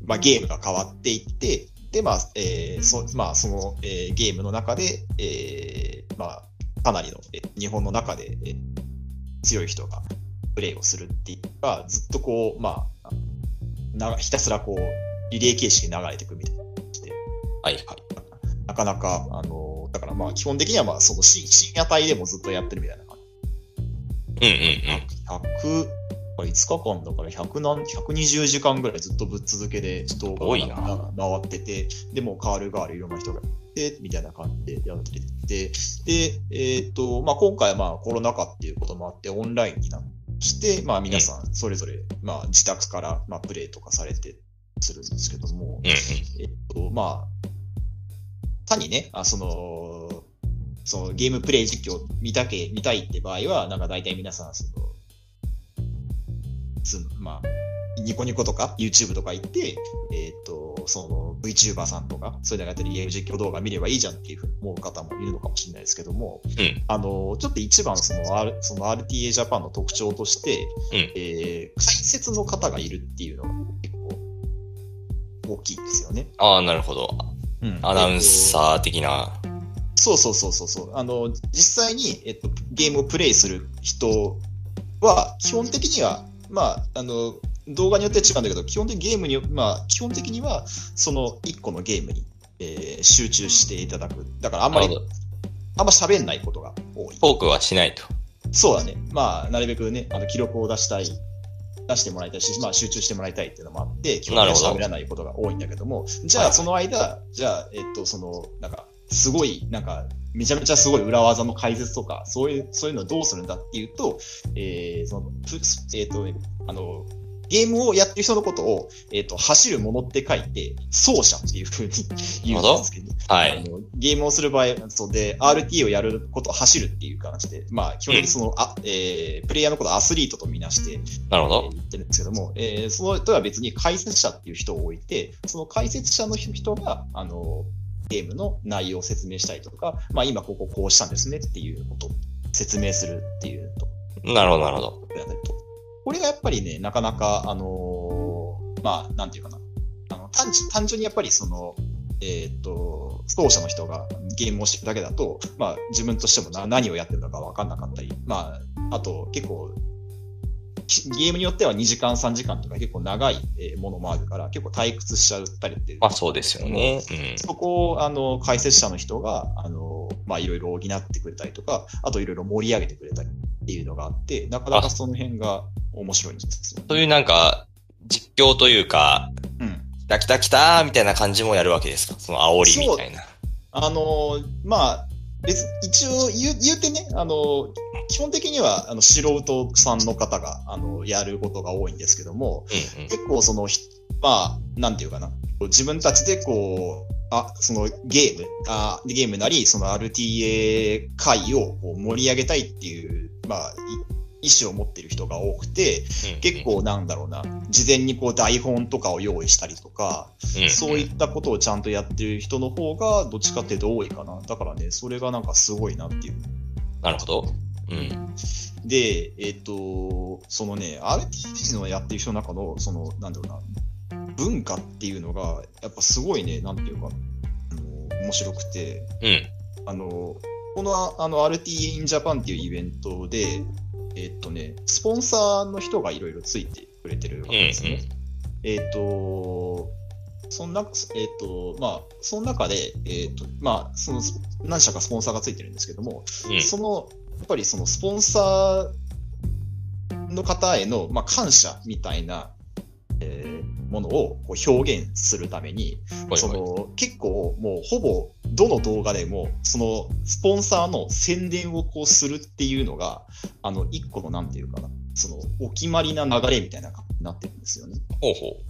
[SPEAKER 1] まあ、ゲームが変わっていって、で、まあ、えーそまあ、その、えーゲームの中で、えーまあ、かなりの、えー日本の中で、えー強い人がプレイをするっていうか、ずっとこう、まあ、なひたすらこう、リレー形式で流れていくみたいな感じで、
[SPEAKER 2] はい。
[SPEAKER 1] なかなか、あの、だからまあ、基本的にはまあ、その深深夜帯でもずっとやってるみたいな感じ。
[SPEAKER 2] うんうんうん。
[SPEAKER 1] 100、これ5日間だから100何、120時間ぐらいずっとぶっ続けで動
[SPEAKER 2] ご
[SPEAKER 1] 画
[SPEAKER 2] いな
[SPEAKER 1] が回ってて、でもう変わる変わるいろんな人がで、みたいな感じでやってて、で、えっ、と、まあ、今回はまあコロナ禍っていうこともあって、オンラインになして、まあ、皆さんそれぞれ、まあ、自宅から、まあ、プレイとかされてするんですけども、
[SPEAKER 2] うんうん。
[SPEAKER 1] えっと、まあ、単にね、あその、そのゲームプレイ実況見たけ、見たいって場合は、なんか大体皆さん、その、つまあ、ニコニコとか YouTube とか行って、えっと、その VTuber さんとか、そういうのがやってるゲーム実況動画見ればいいじゃんっていうふうに思う方もいるのかもしれないですけども、
[SPEAKER 2] うん
[SPEAKER 1] あの、ちょっと一番その R その RTA ジャパンの特徴として、
[SPEAKER 2] うん
[SPEAKER 1] えー解説の方がいるっていうのが結構大きいんですよね。
[SPEAKER 2] ああ、なるほど。アナウンサー的な。
[SPEAKER 1] そうそうそうそうそう。あの、実際に、えっと、ゲームをプレイする人は、基本的には、まあ、あの、動画によって違うんだけど、基本的にゲームに、まあ、基本的には、その一個のゲームに、えー集中していただく。だから、あんまり
[SPEAKER 2] なるほ、
[SPEAKER 1] あんま喋んないことが多い。
[SPEAKER 2] トークはしないと。
[SPEAKER 1] そうだね。まあ、なるべくね、あの、記録を出したい。出してもらいたいし、まあ、集中してもらいたいっていうのもあって、基本的には喋らないことが多いんだけども、じゃ
[SPEAKER 2] は
[SPEAKER 1] あ、
[SPEAKER 2] い
[SPEAKER 1] その間、じゃあ、えっと、その、なんか、すごい、なんか、めちゃめちゃすごい裏技の解説とか、そういう、そういうのをどうするんだっていうと、えー、その、プえっ、と、あの、ゲームをやってる人のことを、えっ、と、走るものって書いて、走者っていうふうに言うんですけど、
[SPEAKER 2] はい。
[SPEAKER 1] あのゲームをする場合、そうで、RT をやること、走るっていう感じで、まあ、基本的にその、あえープレイヤーのことをアスリートとみなして、
[SPEAKER 2] なるほ
[SPEAKER 1] え
[SPEAKER 2] ど
[SPEAKER 1] ー。言ってるんですけども、えーその人は別に解説者っていう人を置いて、その解説者の人が、あの、ゲームの内容を説明したりとか、まあ、今こここうしたんですねっていうことを説明するっていうと
[SPEAKER 2] なるほど、なるほど。
[SPEAKER 1] これがやっぱりね、なかなか、あのーまあ、なんていうかな。あの単純単純にやっぱりその、えーっと、奏者の人がゲームをしてるだけだと、まあ、自分としてもな何をやってるのか分かんなかったり、まあ、あと結構、きゲームによっては2時間、3時間とか結構長いえーものもあるから、結構退屈しちゃったりっていう。
[SPEAKER 2] まあそうですよね。
[SPEAKER 1] そこをあの解説者の人があの、まあ、いろいろ補ってくれたりとか、あといろいろ盛り上げてくれたりっていうのがあって、なかなかその辺が面白いんですよ
[SPEAKER 2] うん。。そういうなんか、実況というか、
[SPEAKER 1] うん
[SPEAKER 2] 来た来た来たーみたいな感じもやるわけですかその煽りみたいな。
[SPEAKER 1] あのまあ別一応言う言うてね、あの基本的にはあの素人さんの方があのやることが多いんですけども、
[SPEAKER 2] うんうん
[SPEAKER 1] 結構そのひ、まあ、なんていうかな、自分たちでこう、あ、そのゲーム、あゲームなり、その RTA 会をこう盛り上げたいっていう、まあ、い意思を持ってる人が多くて、結、構なんだろうな、事前にこう台本とかを用意したりとか、
[SPEAKER 2] うんうん
[SPEAKER 1] そういったことをちゃんとやってる人の方が、どっちかっていうと多いかな。だからね、それがなんかすごいなっていう。
[SPEAKER 2] なるほど。うん。
[SPEAKER 1] で、えっ、と、そのね、RTG のやってる人の中の、その、なんだろうな、文化っていうのが、やっぱすごいね、なんていうか、あの面白くて、
[SPEAKER 2] うん。
[SPEAKER 1] あの、このああの RTA in Japan っていうイベントで、えっ、とね、スポンサーの人がいろいろついてくれてるわ
[SPEAKER 2] うん。う
[SPEAKER 1] けですね。
[SPEAKER 2] ん。
[SPEAKER 1] えっ、と、その中、えっ、と、まあ、その中で、えっ、と、まあ、その、何社かスポンサーがついてるんですけども、
[SPEAKER 2] うん
[SPEAKER 1] そのやっぱりそのスポンサーの方への、まあ、感謝みたいな、えーものをこう表現するために、
[SPEAKER 2] ほい
[SPEAKER 1] そ
[SPEAKER 2] ほい
[SPEAKER 1] の結構もうほぼどの動画でもそのスポンサーの宣伝をこうするっていうのがあの一個のなんていうかなそのお決まりな流れみたいな感じになってるんですよね。
[SPEAKER 2] ほうほ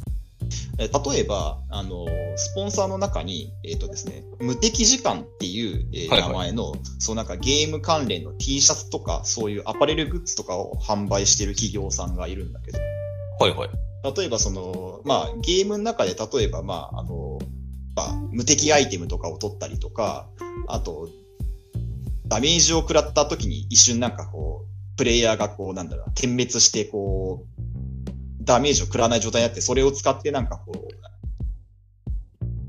[SPEAKER 1] えー例えば、あのースポンサーの中に、えっ、とですね、無敵時間っていう、えー
[SPEAKER 2] はいはい
[SPEAKER 1] 名前の、そうなんかゲーム関連の T シャツとか、そういうアパレルグッズとかを販売してる企業さんがいるんだけど、
[SPEAKER 2] う。ほいほい。
[SPEAKER 1] 例えばその、まあ、ゲームの中で例えば、まあ、あのーまあ、無敵アイテムとかを取ったりとか、あと、ダメージを食らった時に一瞬なんかこう、プレイヤーがこう、なんだろう、点滅してこう、ダメージを食らわない状態になって、それを使ってなんかこう、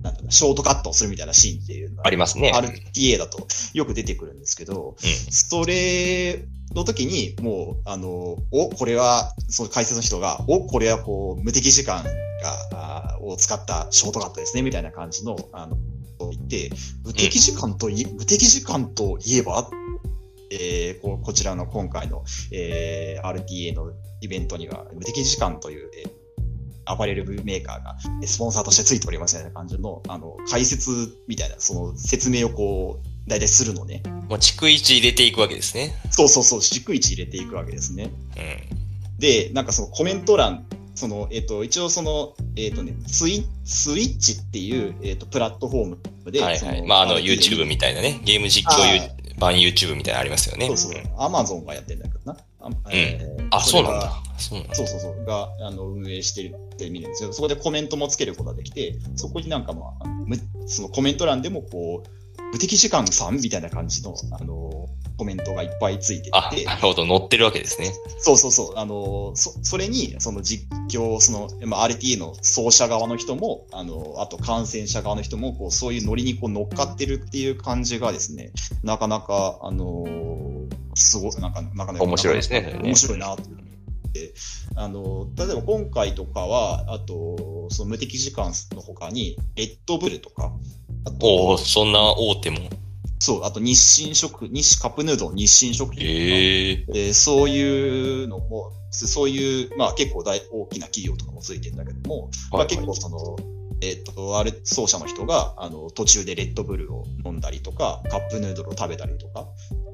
[SPEAKER 1] なんだろう、ショートカットをするみたいなシーンっていうのは
[SPEAKER 2] ありますね。
[SPEAKER 1] RTA だとよく出てくるんですけど、
[SPEAKER 2] うん
[SPEAKER 1] それの時に、もう、あの、お、これは、その解説の人が、お、これはこう、無敵時間が、あーを使ったショートカットですね、みたいな感じの、あの、を言って、無敵時間とい、無敵時間といえば、えーここちらの今回の、えー RTA のイベントには、無敵時間という、えーアパレルメーカーがえスポンサーとしてついておりますみたいな感じの、あの、解説みたいな、その説明をこう、大体するのね。
[SPEAKER 2] もう逐一入れていくわけですね。
[SPEAKER 1] そうそうそう、逐一入れていくわけですね。
[SPEAKER 2] うん。
[SPEAKER 1] で、なんかそのコメント欄、その、えっ、と、一応その、えっ、とね、スイスイッチっていう、えっ、と、プラットフォームで、
[SPEAKER 2] はい
[SPEAKER 1] そ
[SPEAKER 2] はい。まああの
[SPEAKER 1] RTA
[SPEAKER 2] YouTube みたいなね。ゲーム実況
[SPEAKER 1] あ
[SPEAKER 2] ゆ版 YouTube みたいなのありますよね。
[SPEAKER 1] そうそう、
[SPEAKER 2] ん
[SPEAKER 1] アマゾンがやってんだけどな。あ、えー
[SPEAKER 2] あ、そうなん。
[SPEAKER 1] れが
[SPEAKER 2] だ。そうなんだ。
[SPEAKER 1] そうそうそう、があの運営してるって見るんですけど、そこでコメントもつけることができて、そこになんかまあ、むそのコメント欄でもこう、無敵時間さんみたいな感じの、あの、コメントがいっぱいついて
[SPEAKER 2] あ
[SPEAKER 1] き、て、
[SPEAKER 2] なるほど。乗ってるわけですね。
[SPEAKER 1] そうそうそう、あの、そそれに、その実況、その、まあ、RTA の奏者側の人も、あの、あと感染者側の人も、こう、そういうノリにこう乗っかってるっていう感じがですね、なかなか、あの、すごい、なんか、なかなか
[SPEAKER 2] 面白いですね。それね
[SPEAKER 1] 面白いなというふうに思ってあの例えば今回とかはあとその無敵時間の他にレッドブルとかあ
[SPEAKER 2] おお、
[SPEAKER 1] と
[SPEAKER 2] そんな大手も。
[SPEAKER 1] そうあと日清食日カップヌードル日清食品とか、
[SPEAKER 2] ええ
[SPEAKER 1] えーそういうのもそういう、まあ、結構大大きな企業とかもついてるんだけども、まあ、結構その、えっとあれ奏者の人があの途中でレッドブルを飲んだりとかカップヌードルを食べたりとか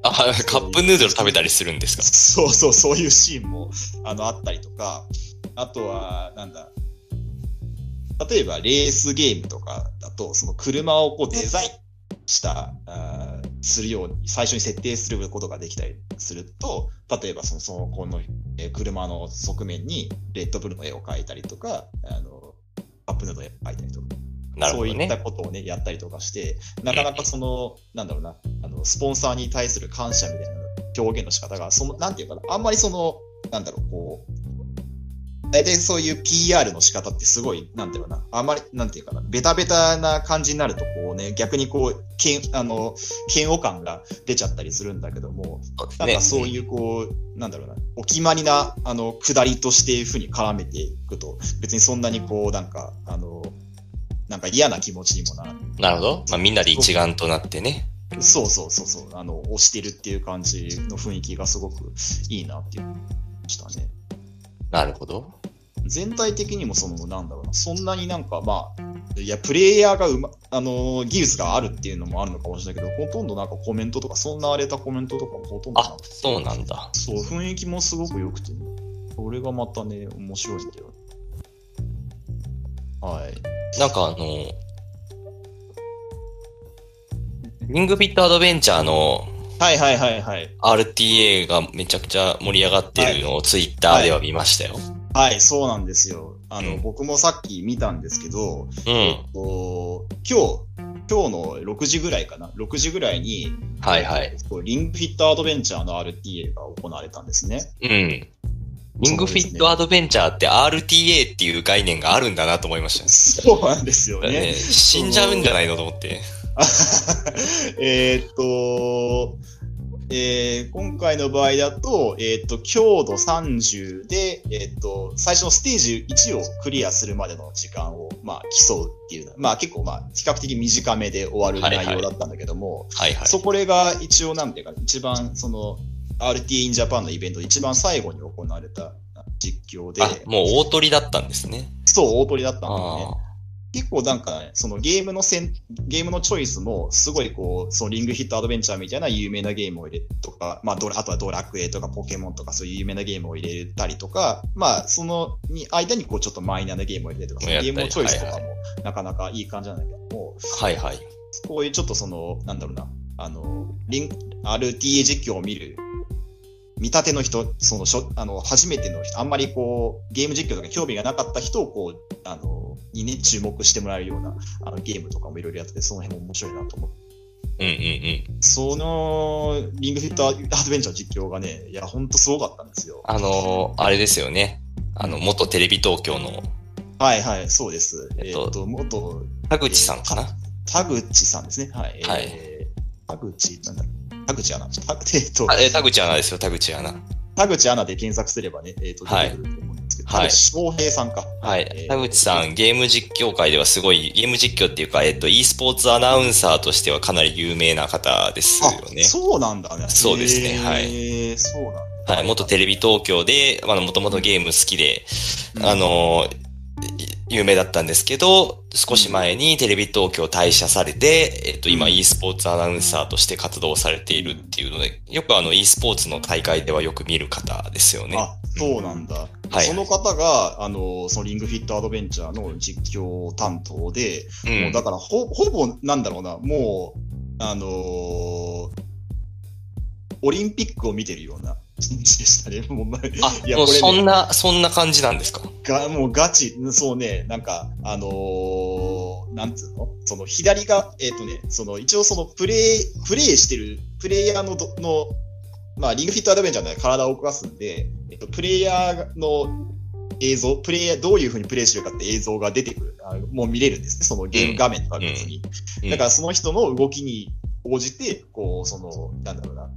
[SPEAKER 2] あ、カップヌードル食べたりするんですか。
[SPEAKER 1] そうそう、そういうシーンもあのあったりとか、あとは、なんだ、例えばレースゲームとかだと、その車をこうデザインした、あーするように、最初に設定することができたりすると、例えばその、そのこのえー車の側面にレッドブルの絵を描いたりとか、あのアップヌードの絵を描いたりとか、
[SPEAKER 2] なる
[SPEAKER 1] そ
[SPEAKER 2] ほ
[SPEAKER 1] う
[SPEAKER 2] ど
[SPEAKER 1] いった
[SPEAKER 2] ね。
[SPEAKER 1] ことをね、やったりとかして、なかなかその、なんだろうな、あの、スポンサーに対する感謝みたいな表現の仕方が、その、なんていうかな、あんまりその、なんだろう、こう、大体そういう PR の仕方ってすごい、なんていうかな、あまり、なんていうかな、ベタベタな感じになると、こうね、逆にこう、けんあの、嫌悪感が出ちゃったりするんだけども、なんかそういうこう、なんだろうな、お決まりな、あの、下りとしていうふうに絡めていくと、別にそんなにこう、なんか、あの、なんか嫌な気持ちにもならない。
[SPEAKER 2] なるほど。まあ、みんなで一丸となってね。
[SPEAKER 1] そうそうそうそう、あの、押してるっていう感じの雰囲気がすごくいいなっていうのしたね。
[SPEAKER 2] なるほど。
[SPEAKER 1] 全体的にもその、なんだろうな、そんなになんかまあ、いや、プレイヤーがうま、あのー技術があるっていうのもあるのかもしれないけど、ほとんどなんかコメントとか、そんな荒れたコメントとかもほとんどな
[SPEAKER 2] あ
[SPEAKER 1] く、て
[SPEAKER 2] そうなんだ。
[SPEAKER 1] そう、雰囲気もすごく良くて、ね、これがまたね、面白いんだよ。はい。
[SPEAKER 2] なんかあの、リングフィットアドベンチャーの
[SPEAKER 1] はいはいはいはい。
[SPEAKER 2] RTA がめちゃくちゃ盛り上がってるのをツイッターでは見ましたよ。
[SPEAKER 1] はい、そうなんですよ。あの、
[SPEAKER 2] うん
[SPEAKER 1] 僕もさっき見たんですけど、
[SPEAKER 2] うん。
[SPEAKER 1] こう今日、今日の6時ぐらいかな、6時ぐらいに、
[SPEAKER 2] はいはい。
[SPEAKER 1] こうリングフィットアドベンチャーの RTA が行われたんですね。
[SPEAKER 2] うん。リングフィットアドベンチャーって RTA っていう概念があるんだなと思いました
[SPEAKER 1] [laughs] そ
[SPEAKER 2] よ。
[SPEAKER 1] うなんですよ
[SPEAKER 2] ね
[SPEAKER 1] ね。
[SPEAKER 2] 死んじゃうんじゃないのと思って。
[SPEAKER 1] [laughs] えーっと、えー今回の場合だと、えーっと、強度30で、えーっと、最初のステージ1をクリアするまでの時間を、まあ、競うっていう、まあ、結構、まあ、比較的短めで終わる内容だったんだけども、
[SPEAKER 2] はいはい。
[SPEAKER 1] そこれが一応なんていうか、一番その RT in Japan のイベントで一番最後に行われた実況で、
[SPEAKER 2] あ、もう大鳥だったんですね。
[SPEAKER 1] そう大鳥だったんだよ
[SPEAKER 2] あ
[SPEAKER 1] ね。結構なんかね、そのゲームのせん、ゲームのチョイスもすごいこう、そのリングヒットアドベンチャーみたいな有名なゲームを入れとか、まあドラ、あとはドラクエとかポケモンとかそういう有名なゲームを入れたりとか、まあそのに間にこうちょっとマイナーなゲームを入れるとか、そのゲームのチョイスとかもなかなかいい感じなんだけども、
[SPEAKER 2] あ。はいはい。
[SPEAKER 1] こういうちょっとその、なんだろうな、あの、リン、RTA 実況を見る、見立ての人、その、しょあの、初めての人、あんまりこう、ゲーム実況とか興味がなかった人をこう、あの、にね、注目してもらえるような、あの、ゲームとかもいろいろやってて、その辺も面白いなと思って。
[SPEAKER 2] うんうんうん。
[SPEAKER 1] その、リングフィットアドベンチャー実況がね、いや、ほんとすごかったんですよ。
[SPEAKER 2] あのーあれですよね。あの、元テレビ東京の
[SPEAKER 1] はいはい、そうです。
[SPEAKER 2] え
[SPEAKER 1] え
[SPEAKER 2] っ
[SPEAKER 1] っ
[SPEAKER 2] と
[SPEAKER 1] と、元、
[SPEAKER 2] 田口さんかな。
[SPEAKER 1] 田口さんですね。はい。
[SPEAKER 2] はい
[SPEAKER 1] えー田口、なんだ田口アナ。田 [laughs] えっと、
[SPEAKER 2] あえ田口アナですよ、田口アナ。
[SPEAKER 1] 田口アナで検索すればね、えっ、と、
[SPEAKER 2] はい
[SPEAKER 1] 出てくると思うんですけど、
[SPEAKER 2] はい
[SPEAKER 1] 田口翔平さんか。
[SPEAKER 2] はい。
[SPEAKER 1] えー
[SPEAKER 2] 田口さん、ゲーム実況界ではすごい、ゲーム実況っていうか、えっと、e スポーツアナウンサーとしてはかなり有名な方ですよね
[SPEAKER 1] あ、。そうなんだね。。
[SPEAKER 2] そうですねはい
[SPEAKER 1] そうなんだ。
[SPEAKER 2] はい。元テレビ東京で、あの、もともとゲーム好きで、
[SPEAKER 1] うん
[SPEAKER 2] あ、のー、い有名だったんですけど、少し前にテレビ東京退社されて、えっと、今
[SPEAKER 1] うん
[SPEAKER 2] e スポーツアナウンサーとして活動されているっていうので、よくあの e スポーツの大会ではよく見る方ですよね。
[SPEAKER 1] あ、そうなんだ。
[SPEAKER 2] はい
[SPEAKER 1] その方が、あの、そのリングフィットアドベンチャーの実況担当で、
[SPEAKER 2] う
[SPEAKER 1] もうんだ。からほ、ほぼ、なんだろうな、もう、あのーオリンピックを見てるような感じでしたね。もう、まあ
[SPEAKER 2] あ、
[SPEAKER 1] いや
[SPEAKER 2] もう
[SPEAKER 1] これね
[SPEAKER 2] そんな、そんな感じなんですか
[SPEAKER 1] が、もうガチ、うんそうね、なんか、あのーなんつうのその左が、えっ、とね、その一応そのプレイ、プレイしてる、プレイヤーのど、の、まあ、リングフィットアドベンチャーなので体を動かすんで、えっと、プレイヤーの映像、プレイヤー、どういう風にプレイしてるかって映像が出てくる、あもう見れるんですね、そのゲーム画面とか別に。
[SPEAKER 2] うん
[SPEAKER 1] だからその人の動きに応じて、こう、その、なんだろうな、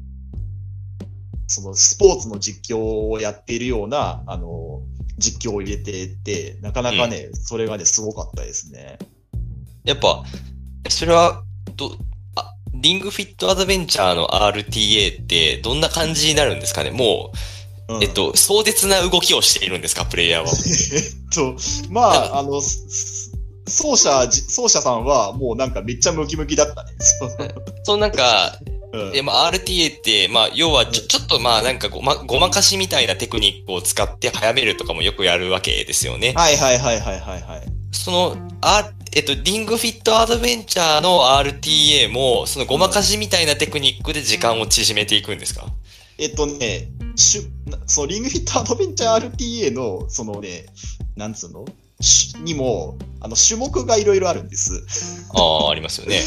[SPEAKER 1] そのスポーツの実況をやっているような、あの、実況を入れてって、なかなかね、それがね、すごかったですね。
[SPEAKER 2] やっぱ、それは、ど、あ、リングフィットアドベンチャーの RTA ってどんな感じになるんですかねも
[SPEAKER 1] う
[SPEAKER 2] う、
[SPEAKER 1] ん
[SPEAKER 2] えっ、と、壮絶な動きをしているんですかプレイ
[SPEAKER 1] [laughs]
[SPEAKER 2] ヤーは。
[SPEAKER 1] えっと、まあ、あの、すす奏者、じ奏者さんは、もうなんかめっちゃムキムキだったね。 [laughs] そう
[SPEAKER 2] そうなんか、
[SPEAKER 1] うん
[SPEAKER 2] で、まあ、RTA って、まあ、要はちょ、ちょっとまあ、なんかごま、ごまかしみたいなテクニックを使って早めるとかもよくやるわけですよね。
[SPEAKER 1] はいはいはいはいはいはい。
[SPEAKER 2] その、あ、えっと、リングフィットアドベンチャーの RTA も、そのごまかしみたいなテクニックで時間を縮めていくんです
[SPEAKER 1] [laughs]
[SPEAKER 2] か
[SPEAKER 1] えっとね、しゅなそのリングフィットアドベンチャー RTA の、そのね、なんつうのしにも、あの、種目がいろいろあるんです。
[SPEAKER 2] ああ、ありますよね。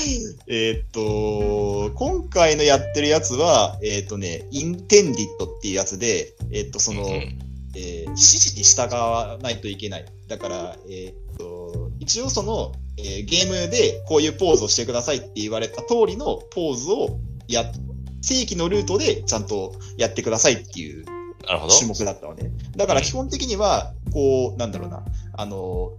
[SPEAKER 1] えーっと、今回のやってるやつは、えーっとね、インテンディットっていうやつで、えーっと、その、
[SPEAKER 2] うんうん
[SPEAKER 1] えー指示に従わないといけない。だから、えーっと、一応その、えーゲームでこういうポーズをしてくださいって言われた通りのポーズをや、正規のルートでちゃんとやってくださいっていう
[SPEAKER 2] なるほど。
[SPEAKER 1] 種目だったのね。だから基本的には、こう、なんだろうな、あの、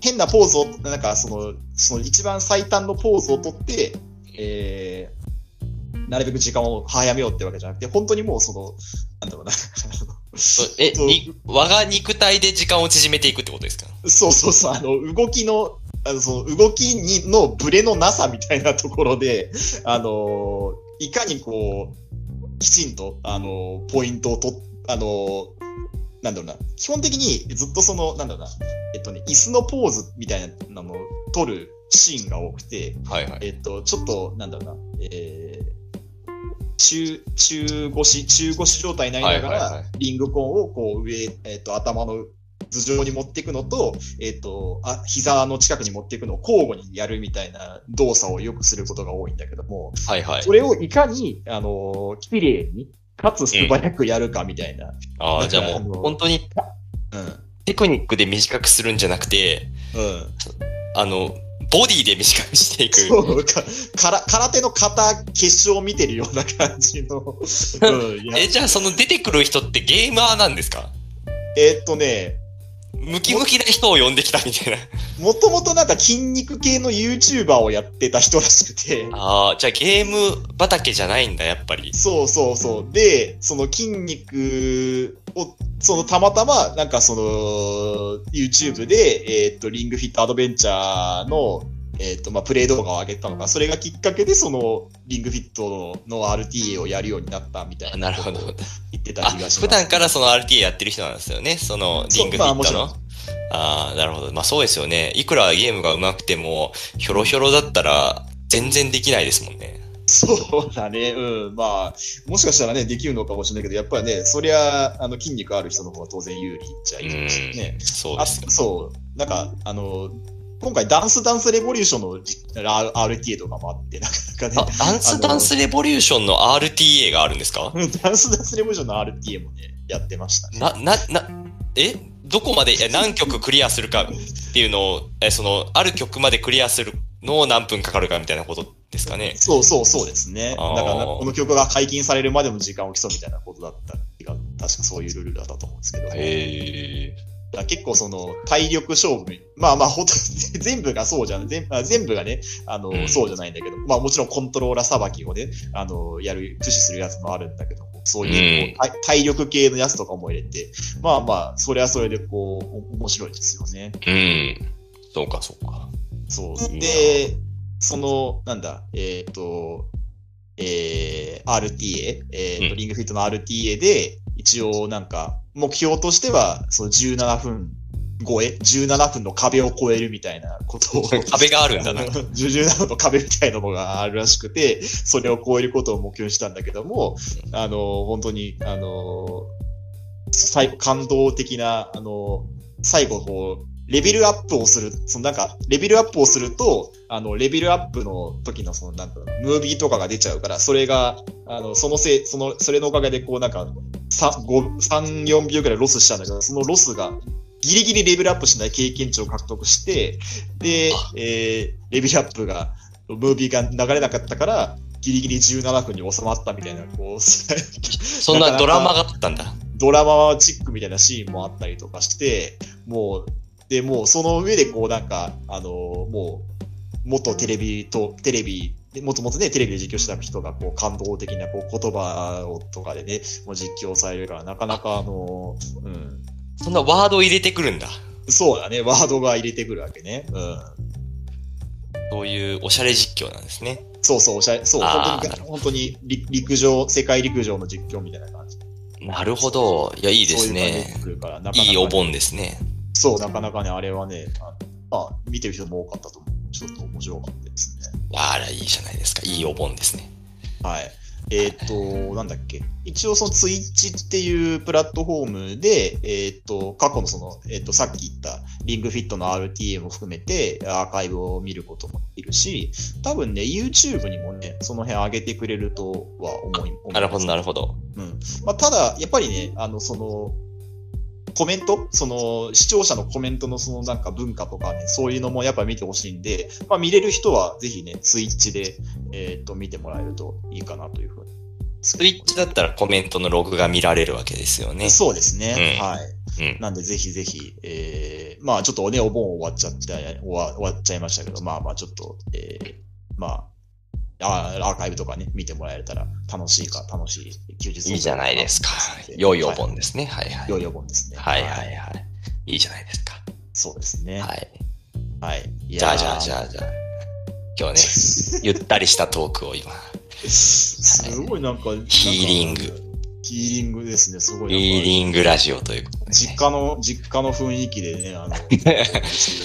[SPEAKER 1] 変なポーズを、なんかその、その一番最短のポーズをとって、えー、なるべく時間を早めようってわけじゃなくて、本当にもうその、なんだろうな、
[SPEAKER 2] そう
[SPEAKER 1] [laughs]
[SPEAKER 2] え、
[SPEAKER 1] そう
[SPEAKER 2] に、我が肉体で時間を縮めていくってことですか
[SPEAKER 1] そうそうそう、あの、動きの、あのその動きにのブレのなさみたいなところで、あのーいかにこう、きちんと、あのーポイントをとっ、あのーなんだろうな、基本的にずっとその、なんだろうな、えっとね、椅子のポーズみたいなのを取るシーンが多くて、
[SPEAKER 2] はいはい。
[SPEAKER 1] えっと、ちょっと、なんだろうな、えー中、中腰、中腰状態になりながら、
[SPEAKER 2] はいはいはい
[SPEAKER 1] リングコーンをこう上、えっと、頭の頭上に持っていくのと、えっと、あ、膝の近くに持っていくのを交互にやるみたいな動作をよくすることが多いんだけども、
[SPEAKER 2] はいはい
[SPEAKER 1] そ。れをいかに、あのー、綺麗に、かつ素早くやるかみたいな。
[SPEAKER 2] あ
[SPEAKER 1] な
[SPEAKER 2] あ、
[SPEAKER 1] んか
[SPEAKER 2] じゃあ
[SPEAKER 1] あ
[SPEAKER 2] もう
[SPEAKER 1] の
[SPEAKER 2] 本当に
[SPEAKER 1] うん。
[SPEAKER 2] テクニックで短くするんじゃなくて、
[SPEAKER 1] うん。
[SPEAKER 2] あの、ボディで短くしていく。
[SPEAKER 1] そうかから空手の型結晶を見てるような感じの。
[SPEAKER 2] [laughs]
[SPEAKER 1] うん、や
[SPEAKER 2] え、じゃあその出てくる人ってゲーマーなんですか
[SPEAKER 1] えっとね、
[SPEAKER 2] ムキムキな人を呼んできたみたいな。
[SPEAKER 1] もともとなんか筋肉系の YouTuber をやってた人らしくて、
[SPEAKER 2] ああ、じゃあゲーム畑じゃないんだ、やっぱり。
[SPEAKER 1] そうそうそう。で、その筋肉を、そのたまたま、なんかその、YouTube で、えっ、と、リングフィットアドベンチャーの、えっ、と、まあ、プレイ動画を上げたのが、それがきっかけで、その、リングフィットの RTA をやるようになったみたいな。
[SPEAKER 2] なるほど。。
[SPEAKER 1] 言ってた
[SPEAKER 2] あ、
[SPEAKER 1] 気がします。
[SPEAKER 2] 普段からその RTA やってる人なんですよね。そのリングフィット
[SPEAKER 1] そうまあ
[SPEAKER 2] の
[SPEAKER 1] もち。
[SPEAKER 2] ああ、なるほど。まあそうですよね。いくらゲームが上手くても、ひょろひょろだったら全然できないですもんね。
[SPEAKER 1] そうだね、うん、まあ、もしかしたらね、できるのかもしれないけど、やっぱりね、そりゃ、あの、筋肉ある人の方が当然有利じゃ
[SPEAKER 2] う
[SPEAKER 1] いいですよね
[SPEAKER 2] ん。。そう
[SPEAKER 1] あ
[SPEAKER 2] ですよ。
[SPEAKER 1] そう、なんか、あの、今回、ダンスダンスレボリューションのじ R- RTA とかもあって、なかなか
[SPEAKER 2] あ
[SPEAKER 1] ね、、
[SPEAKER 2] ダンスダンスレボリューションの RTA があるんですか
[SPEAKER 1] うん [laughs] ダンスダンスレボリューションの RTA もね、やってましたね。
[SPEAKER 2] な、な、な、えどこまで、いや何曲クリアするかっていうのを、え、その、ある曲までクリアするのを何分かかるかみたいなことですかね。
[SPEAKER 1] そうそうそうですね。だ
[SPEAKER 2] あー
[SPEAKER 1] から、この曲が解禁されるまでの時間を競うみたいなことだった気が、確かそういうルールだったと思うんですけど。
[SPEAKER 2] へえ。
[SPEAKER 1] だから結構その体力勝負、まあまあほとん [laughs] ど全部がそうじゃない、全あ全部がね、あの、
[SPEAKER 2] うん
[SPEAKER 1] そうじゃないんだけど、まあもちろんコントローラーさばきをね、あの、やる、駆使するやつもあるんだけども、そういうこう、体体力系のやつとかも入れて、まあまあ、それはそれでこう、お面白いですよね。
[SPEAKER 2] うん。そうか、そうか。
[SPEAKER 1] そう。
[SPEAKER 2] い
[SPEAKER 1] で、その、なんだ、えっ、と、えー、RTA、えーと
[SPEAKER 2] うん
[SPEAKER 1] リングフィットの RTA で、一応なんか、目標としては、その17分超え、17分の壁を超えるみたいな
[SPEAKER 2] [laughs]
[SPEAKER 1] ことを。
[SPEAKER 2] 壁があるんだな。
[SPEAKER 1] 17分の壁みたいなのがあるらしくて、それを超えることを目標にしたんだけども、あの、本当に、あの、最後、感動的な、あの、最後、こう、レベルアップをする、そのなんか、レベルアップをすると、あの、レベルアップの時の、その、なんか、ムービーとかが出ちゃうから、それが、あの、そのせい、その、それのおかげで、こう、なんか、3、5 3 4秒ぐらいロスしたんだけど、そのロスが、ギリギリレベルアップしない経験値を獲得して、で
[SPEAKER 2] あ、
[SPEAKER 1] えーレベルアップが、ムービーが流れなかったから、ギリギリ17分に収まったみたいな、こう、 [laughs]
[SPEAKER 2] そんなドラマがあったんだ。
[SPEAKER 1] ドラマチックみたいなシーンもあったりとかして、もう、で、もうその上でこうなんか、あのもう、元テレビと、テレビ、でもともとね、テレビで実況してた人が、こう、感動的な、こう、言葉をとかでね、もう実況されるから、なかなか、あのうん。
[SPEAKER 2] そんなワードを入れてくるんだ。
[SPEAKER 1] そうだね、ワードが入れてくるわけね。うん。
[SPEAKER 2] そういうおしゃれ実況なんですね。
[SPEAKER 1] そうそう、おしゃれ、そう、
[SPEAKER 2] あ
[SPEAKER 1] 本
[SPEAKER 2] ー
[SPEAKER 1] 当
[SPEAKER 2] な
[SPEAKER 1] に
[SPEAKER 2] る、
[SPEAKER 1] 本当に陸、陸上、世界陸上の実況みたいな感じ。
[SPEAKER 2] なるほど。いや、いいです
[SPEAKER 1] そういう感じ
[SPEAKER 2] ね
[SPEAKER 1] で。来るから、なかなか、
[SPEAKER 2] いいお。盆ですね。
[SPEAKER 1] そう、なかなかね、あれはね、あまあ、見てる人も多かったと思う。ちょっと面白かったですね。
[SPEAKER 2] わあら、いいじゃないですか。いいお盆ですね。
[SPEAKER 1] はい。えーっ、と、なんだっけ。一応、そのツイッチっていうプラットフォームで、えーっ、と、過去のその、えーっ、と、さっき言った、リングフィットの RTA も含めて、アーカイブを見ることもできるし、多分ね、YouTube にもね、その辺上げてくれるとは思い、思います
[SPEAKER 2] なるほど、なるほど。
[SPEAKER 1] うん。まあ、ただ、やっぱりね、あの、その、コメントその、視聴者のコメントのそのなんか文化とかね、そういうのもやっぱ見てほしいんで、まあ見れる人はぜひね、ツイッチで、えーっと、見てもらえるといいかなというふうに。
[SPEAKER 2] スイッチだったらコメントのログが見られるわけですよね。
[SPEAKER 1] そうですね。
[SPEAKER 2] うん
[SPEAKER 1] はい。
[SPEAKER 2] うん。
[SPEAKER 1] なんで、ぜひぜひ、えー、まあ、ちょっとね、お盆終わっちゃって、終わ終わっちゃいましたけど、まあまあ、ちょっと、えー、まあ、あアーカイブとかね、見てもらえたら楽しいか、楽しい休日
[SPEAKER 2] いいじゃないですか。良いお盆ですね。はいはい。
[SPEAKER 1] 良いお盆ですね。
[SPEAKER 2] はいはいはい。いいじゃないですか。
[SPEAKER 1] そうですね。は
[SPEAKER 2] はい。
[SPEAKER 1] い。い
[SPEAKER 2] じ
[SPEAKER 1] や
[SPEAKER 2] ゃあ
[SPEAKER 1] ー
[SPEAKER 2] じゃあじゃあじゃあ。
[SPEAKER 1] [laughs]
[SPEAKER 2] 今日ね、ゆったりしたトークを今。
[SPEAKER 1] すごいなんか、
[SPEAKER 2] ヒーリング
[SPEAKER 1] なんか。ヒーリングですね、すごいなん
[SPEAKER 2] ヒ
[SPEAKER 1] か。
[SPEAKER 2] ーリングラジオということで、
[SPEAKER 1] 実
[SPEAKER 2] ね。
[SPEAKER 1] 家の、実家の雰囲気でね、
[SPEAKER 2] [laughs]
[SPEAKER 1] あの、して